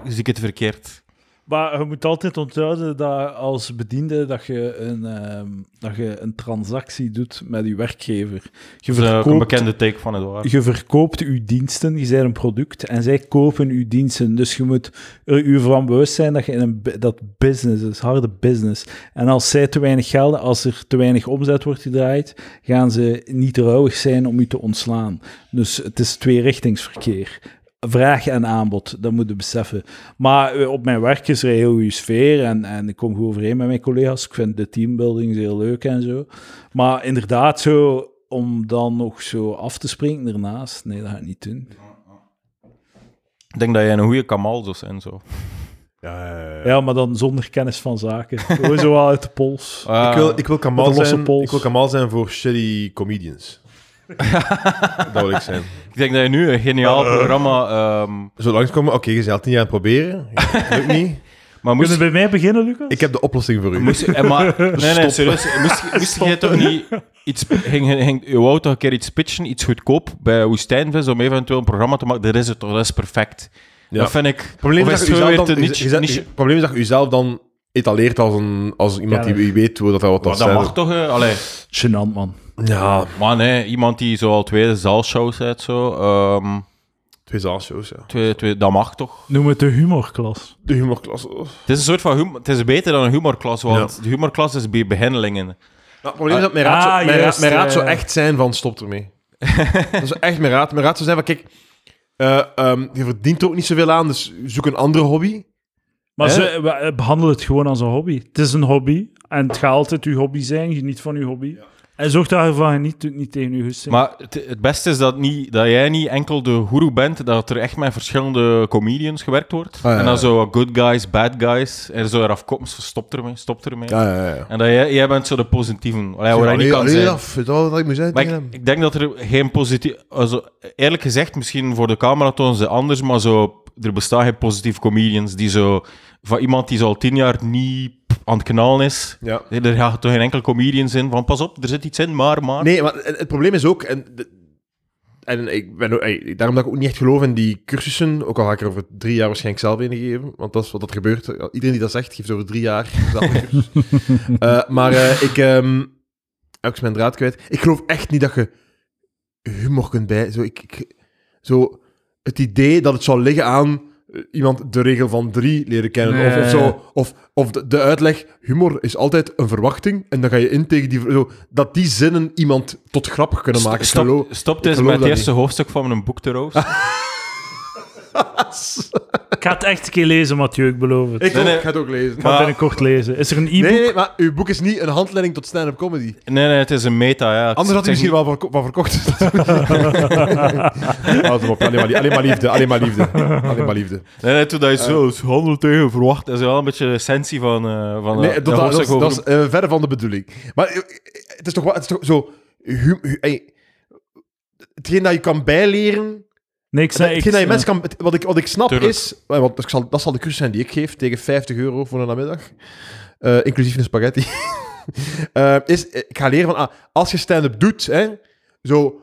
zie ik het verkeerd?
Maar je moet altijd onthouden dat als bediende dat je een, ehm, dat je een transactie doet met je werkgever. Je
Dat is ook een
verkoopt,
bekende take van Edouard.
je verkoopt uw diensten, je zijn een product en zij kopen uw diensten. Dus je moet er je van bewust zijn dat je in een bu- dat business is, harde business. En als zij te weinig gelden, als er te weinig omzet wordt gedraaid, gaan ze niet rouwig zijn om u te ontslaan. Dus het is tweerichtingsverkeer. Vraag en aanbod, dat moeten we beseffen. Maar eh, op mijn werk is er een heel goede sfeer en, en ik kom goed overeen met mijn collega's. Ik vind de teambuilding heel leuk en zo. Maar inderdaad, zo, om dan nog zo af te springen daarnaast, nee, dat ga ik niet doen.
Ik denk dat jij een goede kamal zou zijn. Zo.
Ja, maar dan zonder kennis van zaken. Gewoon zo wel uit de pols.
Ah,
Ik wil, ik wil
Met
kamal
een losse
zijn.
pols.
Ik wil kamal zijn voor shitty comedians. dat wil ik zijn.
ik denk dat je nu een geniaal
Eh.
programma... ehm,
Zo langskomen, oké, je bent al tien jaar aan het proberen. Ja, Lukt niet.
maar moest,
Kunnen bij mij beginnen, Lucas?
Ik heb de oplossing voor u.
moest, eh, maar, nee, nee,
Stop.
serieus. Moest, moest jij toch niet... iets, ging, ging je wou toch een keer iets pitchen, iets goedkoop bij Woestijnvis om eventueel een programma te maken. Dat is het toch, dat is perfect.
Ja.
Dat vind ik.
probleem
of
is
is
dat
het
je
wel
zelf
weer te
dan-
niche-
je zet-
niche-
je- het probleem is dat je jezelf dan etaleert als, een, als iemand die
Kenner.
die weet hoe dat hij wat dat
Maar Oh, dat
zijn.
mag toch, hè? Allee,
Gênant, man.
Ja,
man, hè, iemand die zo al twee zaalshows heeft, zo, ehm,
twee zaalshows, ja.
twee, twee, dat mag toch?
Noem het de humorklas.
De humorklasse. oh.
Het is een soort van humor, het is beter dan een humorklas, want
Ja.
de humorklas is bij behendelingen.
Ja, het probleem is dat mijn raad,
Ah,
zo, mijn,
juist,
raad, mijn raad
eh.
zou echt zijn van stop ermee. dat is echt mijn raad. Mijn raad zou zijn van kijk, eh, ehm, je verdient er ook niet zoveel aan, dus zoek een andere hobby.
Maar
Hè?
ze, we- eh, behandel het gewoon als een hobby. Het is een hobby. En het gaat altijd uw hobby zijn. Geniet van uw hobby. En zorg dat je ervan geniet. Doe het niet tegen uw goesting.
Maar het, het beste is dat, niet, dat jij niet enkel de guru bent, dat er echt met verschillende comedians gewerkt wordt.
Ah, ja,
En
ja.
dan zo good guys, bad guys, en zo eraf komt, stop ermee, stop ermee.
Ja, ja, ja.
En dat jij, jij bent zo de positieve, allee, waar hij niet kan zijn.
dat, dat, dat ik moet zeggen.
Maar
tegen
ik,
hem.
ik denk dat er geen positief... Also, eerlijk gezegd, misschien voor de cameraton ze anders, maar zo, er bestaan geen positieve comedians die zo... Van iemand die zo al tien jaar niet aan het knallen is.
Ja.
Nee, Er gaat toch geen enkel comedians in van pas op, er zit iets in, maar, maar...
Nee, maar het, het probleem is ook, en, de- en ik ben, ook- ey, daarom dat ik ook niet echt geloof in die cursussen, ook al ga ik er over drie jaar waarschijnlijk zelf een geven, want dat is wat dat gebeurt. Iedereen die dat zegt, geeft over drie jaar zelf een cursus. Eh, maar eh, ik, ehm ik ben mijn draad kwijt. Ik geloof echt niet dat je humor kunt bij. Zo, ik, ik- zo het idee dat het zou liggen aan eh, iemand de regel van drie leren kennen. Of, of,
Nee.
zo, of, of de, de uitleg, humor is altijd een verwachting. En dan ga je in tegen die... ver- Zo, dat die zinnen iemand tot grappig kunnen maken. Ik
Stop,
geloof-
stop
ik
dit
geloof
met het
dat
eerste hoofdstuk van een boek te roosten.
Ik ga het echt een keer lezen, Mathieu. Ik beloof het. Ik
Ik,
Nee,
ook,
nee.
ik ga het ook lezen.
ga het
Maar-
binnenkort lezen. Is er een
nee,
e-book?
nee, maar uw boek is niet een handleiding tot stand-up comedy.
Nee, nee, het is een meta, ja. Het-
Anders had hij
het is
misschien wel verko- van verkocht. Houd hem op, alleen maar, lie- alleen maar liefde, alleen maar liefde. Alleen maar liefde.
niet- Nee, nee, toen dat je
Eh.
zo is handel tegen verwacht, dat is wel een beetje de essentie van... eh van
Nee,
eh,
dat,
een
dat, dat
hoofdstuk
is,
over
dat is eh, verre van de bedoeling. Maar eh, het is toch wel, het is toch zo... Hum, hu- ey, hetgeen dat je kan bijleren...
Nee, ik zei...
hetgeen dat je
ik-
mensen kan... het- Wat ik, wat ik snap
Tuurlijk.
is... eh, Want ik zal, dat zal de cursus zijn die ik geef, tegen 50 euro voor een namiddag. eh, inclusief een spaghetti. Eh, is, eh, ik ga leren van... Ah, als je stand-up doet, hè, zo...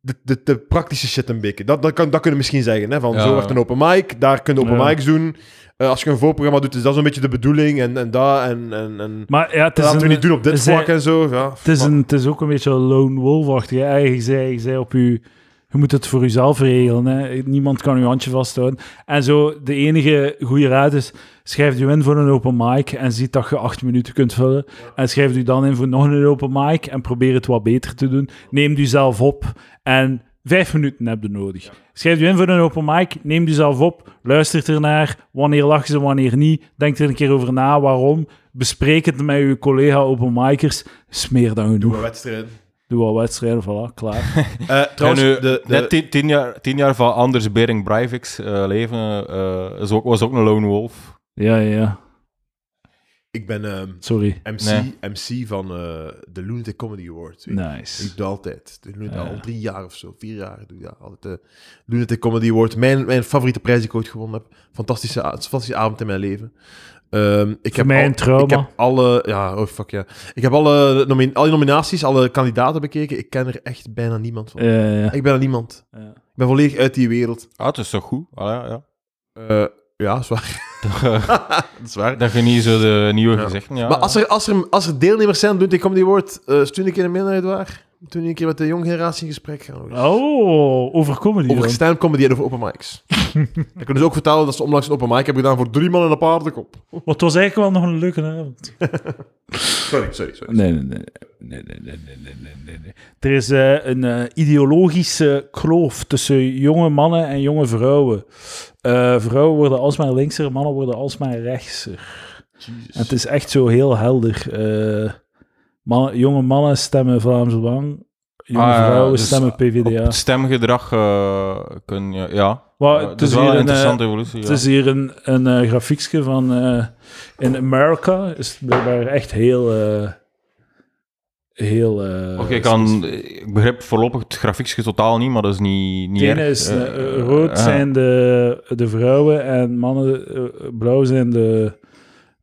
De, de, de praktische shit een beetje. Dat, dat, kan, dat kunnen we misschien zeggen. Hè, van,
Ja.
Zo wordt een open mic, daar kunnen open
Ja.
mics doen. Eh, als je een voorprogramma doet, is dat zo'n beetje de bedoeling. En, en dat, en... en, en
Maar ja, het is
dat laten we
een-
niet doen op dit
zij-
vlak en zo. Ja.
Het is,
Maar-
een, het is ook een beetje lone wolf-achtig. hè. Je zei, je zei op je... Je moet het voor jezelf regelen. Hè. Niemand kan je handje vasthouden. En zo, de enige goede raad is... Schrijf je in voor een open mic en ziet dat je acht minuten kunt vullen. En schrijf je dan in voor nog een open mic en probeer het wat beter te doen. Neem jezelf op en vijf minuten heb je nodig. Schrijf je in voor een open mic, neem jezelf op, luister ernaar. Wanneer lachen ze, wanneer niet. Denk er een keer over na, waarom. Bespreek het met je collega open micers. Smeer dan genoeg.
Een wedstrijd.
Doe al wedstrijden, voilà, klaar.
Eh, trouwens,
En nu,
de, de,
net tien, tien jaar, tien jaar van Anders Bering Breivik's eh, leven eh, is ook, was ook een lone wolf.
Ja, ja, ja.
ik ben ehm,
Sorry.
MC,
Nee.
MC van eh, de Lunatic Comedy Award. Ik-
Nice.
Ik doe altijd. Ik doe het
Ja.
Al drie jaar of zo, vier jaar doe ik dat. Altijd de Lunatic Comedy Award. Mijn, mijn favoriete prijs die ik ooit gewonnen heb. Fantastische, a- fantastische avond in mijn leven. Ehm, ik heb
mij
al-
een trauma.
Ik heb alle, ja, oh fuck ja. Ik heb alle, nomi- alle nominaties, alle kandidaten bekeken. Ik ken er echt bijna niemand van.
Eh, ja.
Ik ben er niemand. Ik ben volledig uit die wereld.
Ah, het is toch goed? Ah, ja, ja.
Eh, ja, is waar. dat is waar.
Dat je niet zo de nieuwe
Ja.
gezichten... Ja,
maar als er, als, er, als er deelnemers zijn, doet ik Comedy Award, eh stuur een keer een mail naar Edouard. Toen een keer met de jonge generatie in gesprek gaan. we.
Oh, over comedy
Over
dan.
stand-up comedy en over open mics. Dan kunnen ze ook vertellen dat ze onlangs een open mic hebben gedaan voor drie man en een paardenkop.
Maar het was eigenlijk wel nog een leuke avond.
Sorry, sorry, sorry.
Nee, nee, nee. Nee, nee, nee, nee, nee, nee, nee, nee. Er is eh, een eh, ideologische kloof tussen jonge mannen en jonge vrouwen. Eh, vrouwen worden alsmaar linkser, mannen worden alsmaar rechtser. En het is echt zo heel helder. Eh, mannen- jonge mannen stemmen Vlaams Belang, jonge
Ah, ja,
vrouwen
dus
stemmen
Op
PvdA.
het stemgedrag eh, kun je... Ja,
Maar het
Ja, dat
is
is wel
hier
een
een, eh,
interessante evolutie.
Het
ja.
is hier een, een eh, grafiekje van... eh, in Amerika is het blijkbaar echt heel... eh, heel... eh,
Oké, ik, kan, ik begrijp voorlopig het grafiekje totaal niet, maar dat is niet, niet
Het ene
erg.
is
Eh,
eh, rood
eh,
zijn de, de vrouwen en mannen, eh, blauw zijn de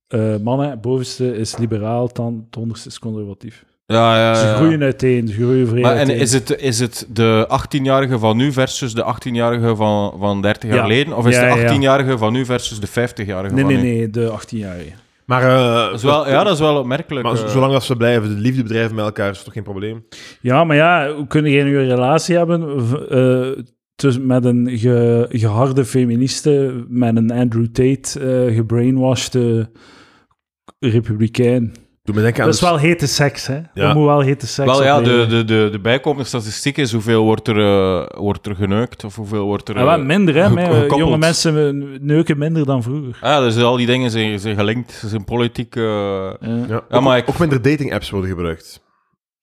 eh, mannen. Het bovenste is liberaal, dan het onderste is conservatief.
Ja, ja,
Ze
ja.
groeien uiteen, ze groeien vrij
Maar en
uiteen.
is het, is het de 18-jarige van nu versus de 18-jarige van, van 30 jaar
Ja.
geleden? Of is
Ja, ja, ja.
de 18-jarige van nu versus de 50-jarige
Nee,
van
nee,
nu?
nee, de 18-jarige.
Maar, eh,
Dat is wel, ja, dat is wel opmerkelijk.
maar
eh.
zolang als ze blijven de liefde bedrijven met elkaar, is het toch geen probleem?
Ja, maar ja, hoe kun je nu een relatie hebben v- eh, tussen- met een ge- geharde feministe, met een Andrew Tate eh gebrainwashed eh, republikein?
Doe me denken aan
dat is
de-
wel hete seks, hè?
Ja.
Dat moet wel hete seks
dus- Wel ja, de,
opleveren.
de, de, de bijkomende statistiek is hoeveel wordt er, eh, wordt er geneukt of hoeveel wordt er...
Ja, wel minder, hè?
ge-
maar, eh,
gekoppeld.
jonge mensen neuken minder dan vroeger.
eh, ah, dus al die dingen zijn, zijn gelinkt. Ze zijn politiek... eh,
Ja.
Ja.
Ja, maar
Ook-
ik-
Ook minder dating-apps worden gebruikt.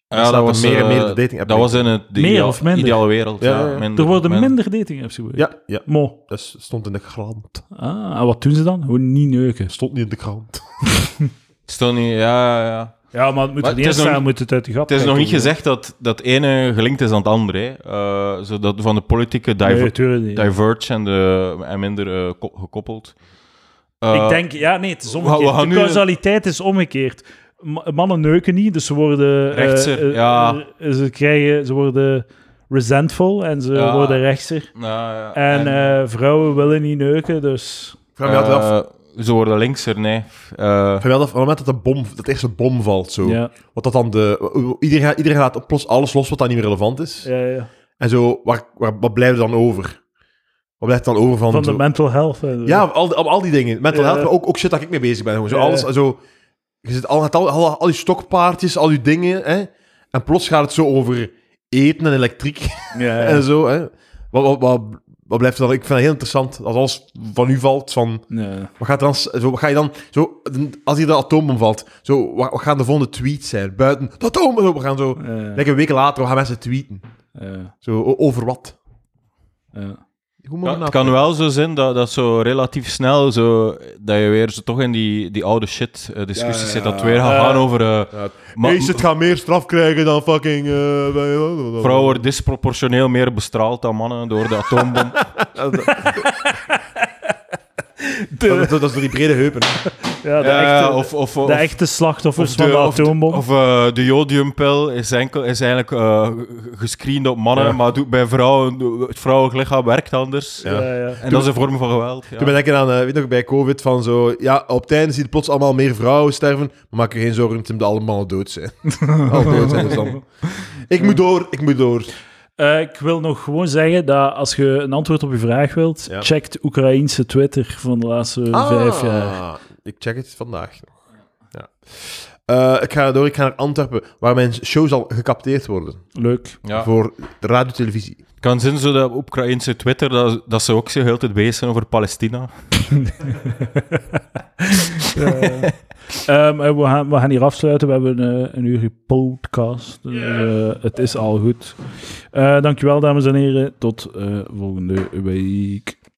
ja, dat was
meer en
eh,
meer de dating-app.
Dat was in het de
Meer
ideaal-
of minder?
ideale wereld.
Ja,
Ja,
ja, ja.
minder,
Er worden
minder.
minder dating apps gebruikt.
Ja, ja,
Mo.
dat s- stond in de krant.
Ah, en wat doen ze dan? Gewoon niet neuken.
Stond niet in de krant.
Het is toch niet... Ja, ja, ja.
Ja, maar het moet
Maar
er
het
niet
is nog
staan,
niet-
moet het uit de gat
Het is nog niet
trekken.
gezegd dat dat ene gelinkt is aan het andere. Hè. Eh, zodat van de politieke diver-
Nee, tuurlijk niet.
diverge en, de, en minder eh, ko- gekoppeld. Eh,
Ik denk, ja, nee, het is
we- we
omgekeerd.
gaan
de
nu-
causaliteit is omgekeerd. Ma- Mannen neuken niet, dus ze worden... eh,
Rechtser,
eh,
ja.
eh, ze, krijgen, ze worden resentful en ze
Ja.
worden rechtser.
nou, ja,
En, eh, vrouwen willen niet neuken, dus...
Ik vraag me altijd af. Ik
Eh, ze worden linkser, nee. Eh,
vraag me altijd af, op het moment dat de bom, dat de eerste bom valt, zo,
Ja,
wat dat dan de... Iedereen, gaat- iedereen laat plots alles los wat dan niet meer relevant is.
ja, ja.
En zo, waar, waar, wat blijft er dan over? Wat blijft er dan over van...
Van de
zo-
mental health. en zo.
ja, al, die- al die dingen. Mental
Ja.
health, maar ook, ook shit dat ik mee bezig ben. Gewoon. Zo,
Ja.
alles, zo, je zit al, al, al, al die stokpaardjes, al die dingen. Hè? En plots gaat het zo over eten en elektriek.
ja, ja.
en zo. Hè? Wat, wat, wat, wat blijft er dan? Ik vind het heel interessant als alles van u valt. Van,
Ja.
wat, gaat er dan, zo, wat ga je dan? Zo, als hier de atoombom valt, zo, wat, wat gaan de volgende tweets zijn? Buiten de atoom. Zo, we gaan zo.
Ja,
Lekker weken later we gaan mensen tweeten.
ja,
Zo, o- over wat?
ja.
Hoe moet
ja,
ik
het
nou-
kan wel zo zijn dat, dat zo relatief snel zo, dat je weer zo toch in die, die oude shit eh, discussies
Ja, ja,
zit. Dat
ja.
het weer gaat
Eh,
gaan over... eh,
ja,
ma-
Hey, shit, gaan meer straf krijgen dan fucking... eh, bij-
vrouwen worden disproportioneel meer bestraald dan mannen door de atoombom.
Dat, dat, dat is door die brede heupen.
Ja, de,
Ja,
echte,
Eh, of, of,
de
of-
echte slachtoffers
of
van de
of
atoombom.
Of eh, de jodiumpil is, enkel, is eigenlijk eh, g- gescreend op mannen,
Ja.
maar doet bij vrouwen, het vrouwelijk lichaam werkt anders.
ja.
ja, ja.
En dat is een vorm van geweld. Ja.
Toen ben ik aan, eh, weet je nog, bij COVID van zo... Ja, op het einde zie je plots allemaal meer vrouwen sterven. Maar maak je geen zorgen, Tim, dat alle mannen dood zijn. Al dood zijn, dus dan... Ik moet door, ik moet door.
Eh, ik wil nog gewoon zeggen dat als je een antwoord op je vraag wilt,
Ja.
checkt Oekraïense Twitter van de laatste
Ah.
vijf jaar.
Ah, Ik check het vandaag nog. Ja. Eh, ik ga door, ik ga naar Antwerpen, waar mijn show zal gecapteerd worden.
Leuk.
Ja.
Voor de radio-televisie.
Het kan zijn zo dat op Oekraïnse Twitter dat, dat ze ook zo heel de tijd bezig zijn over Palestina.
Ehm, eh, we, gaan, we gaan hier afsluiten. We hebben eh, een uur podcast. Dus, eh, het is al goed. Eh, dankjewel, dames en heren. Tot eh, volgende week.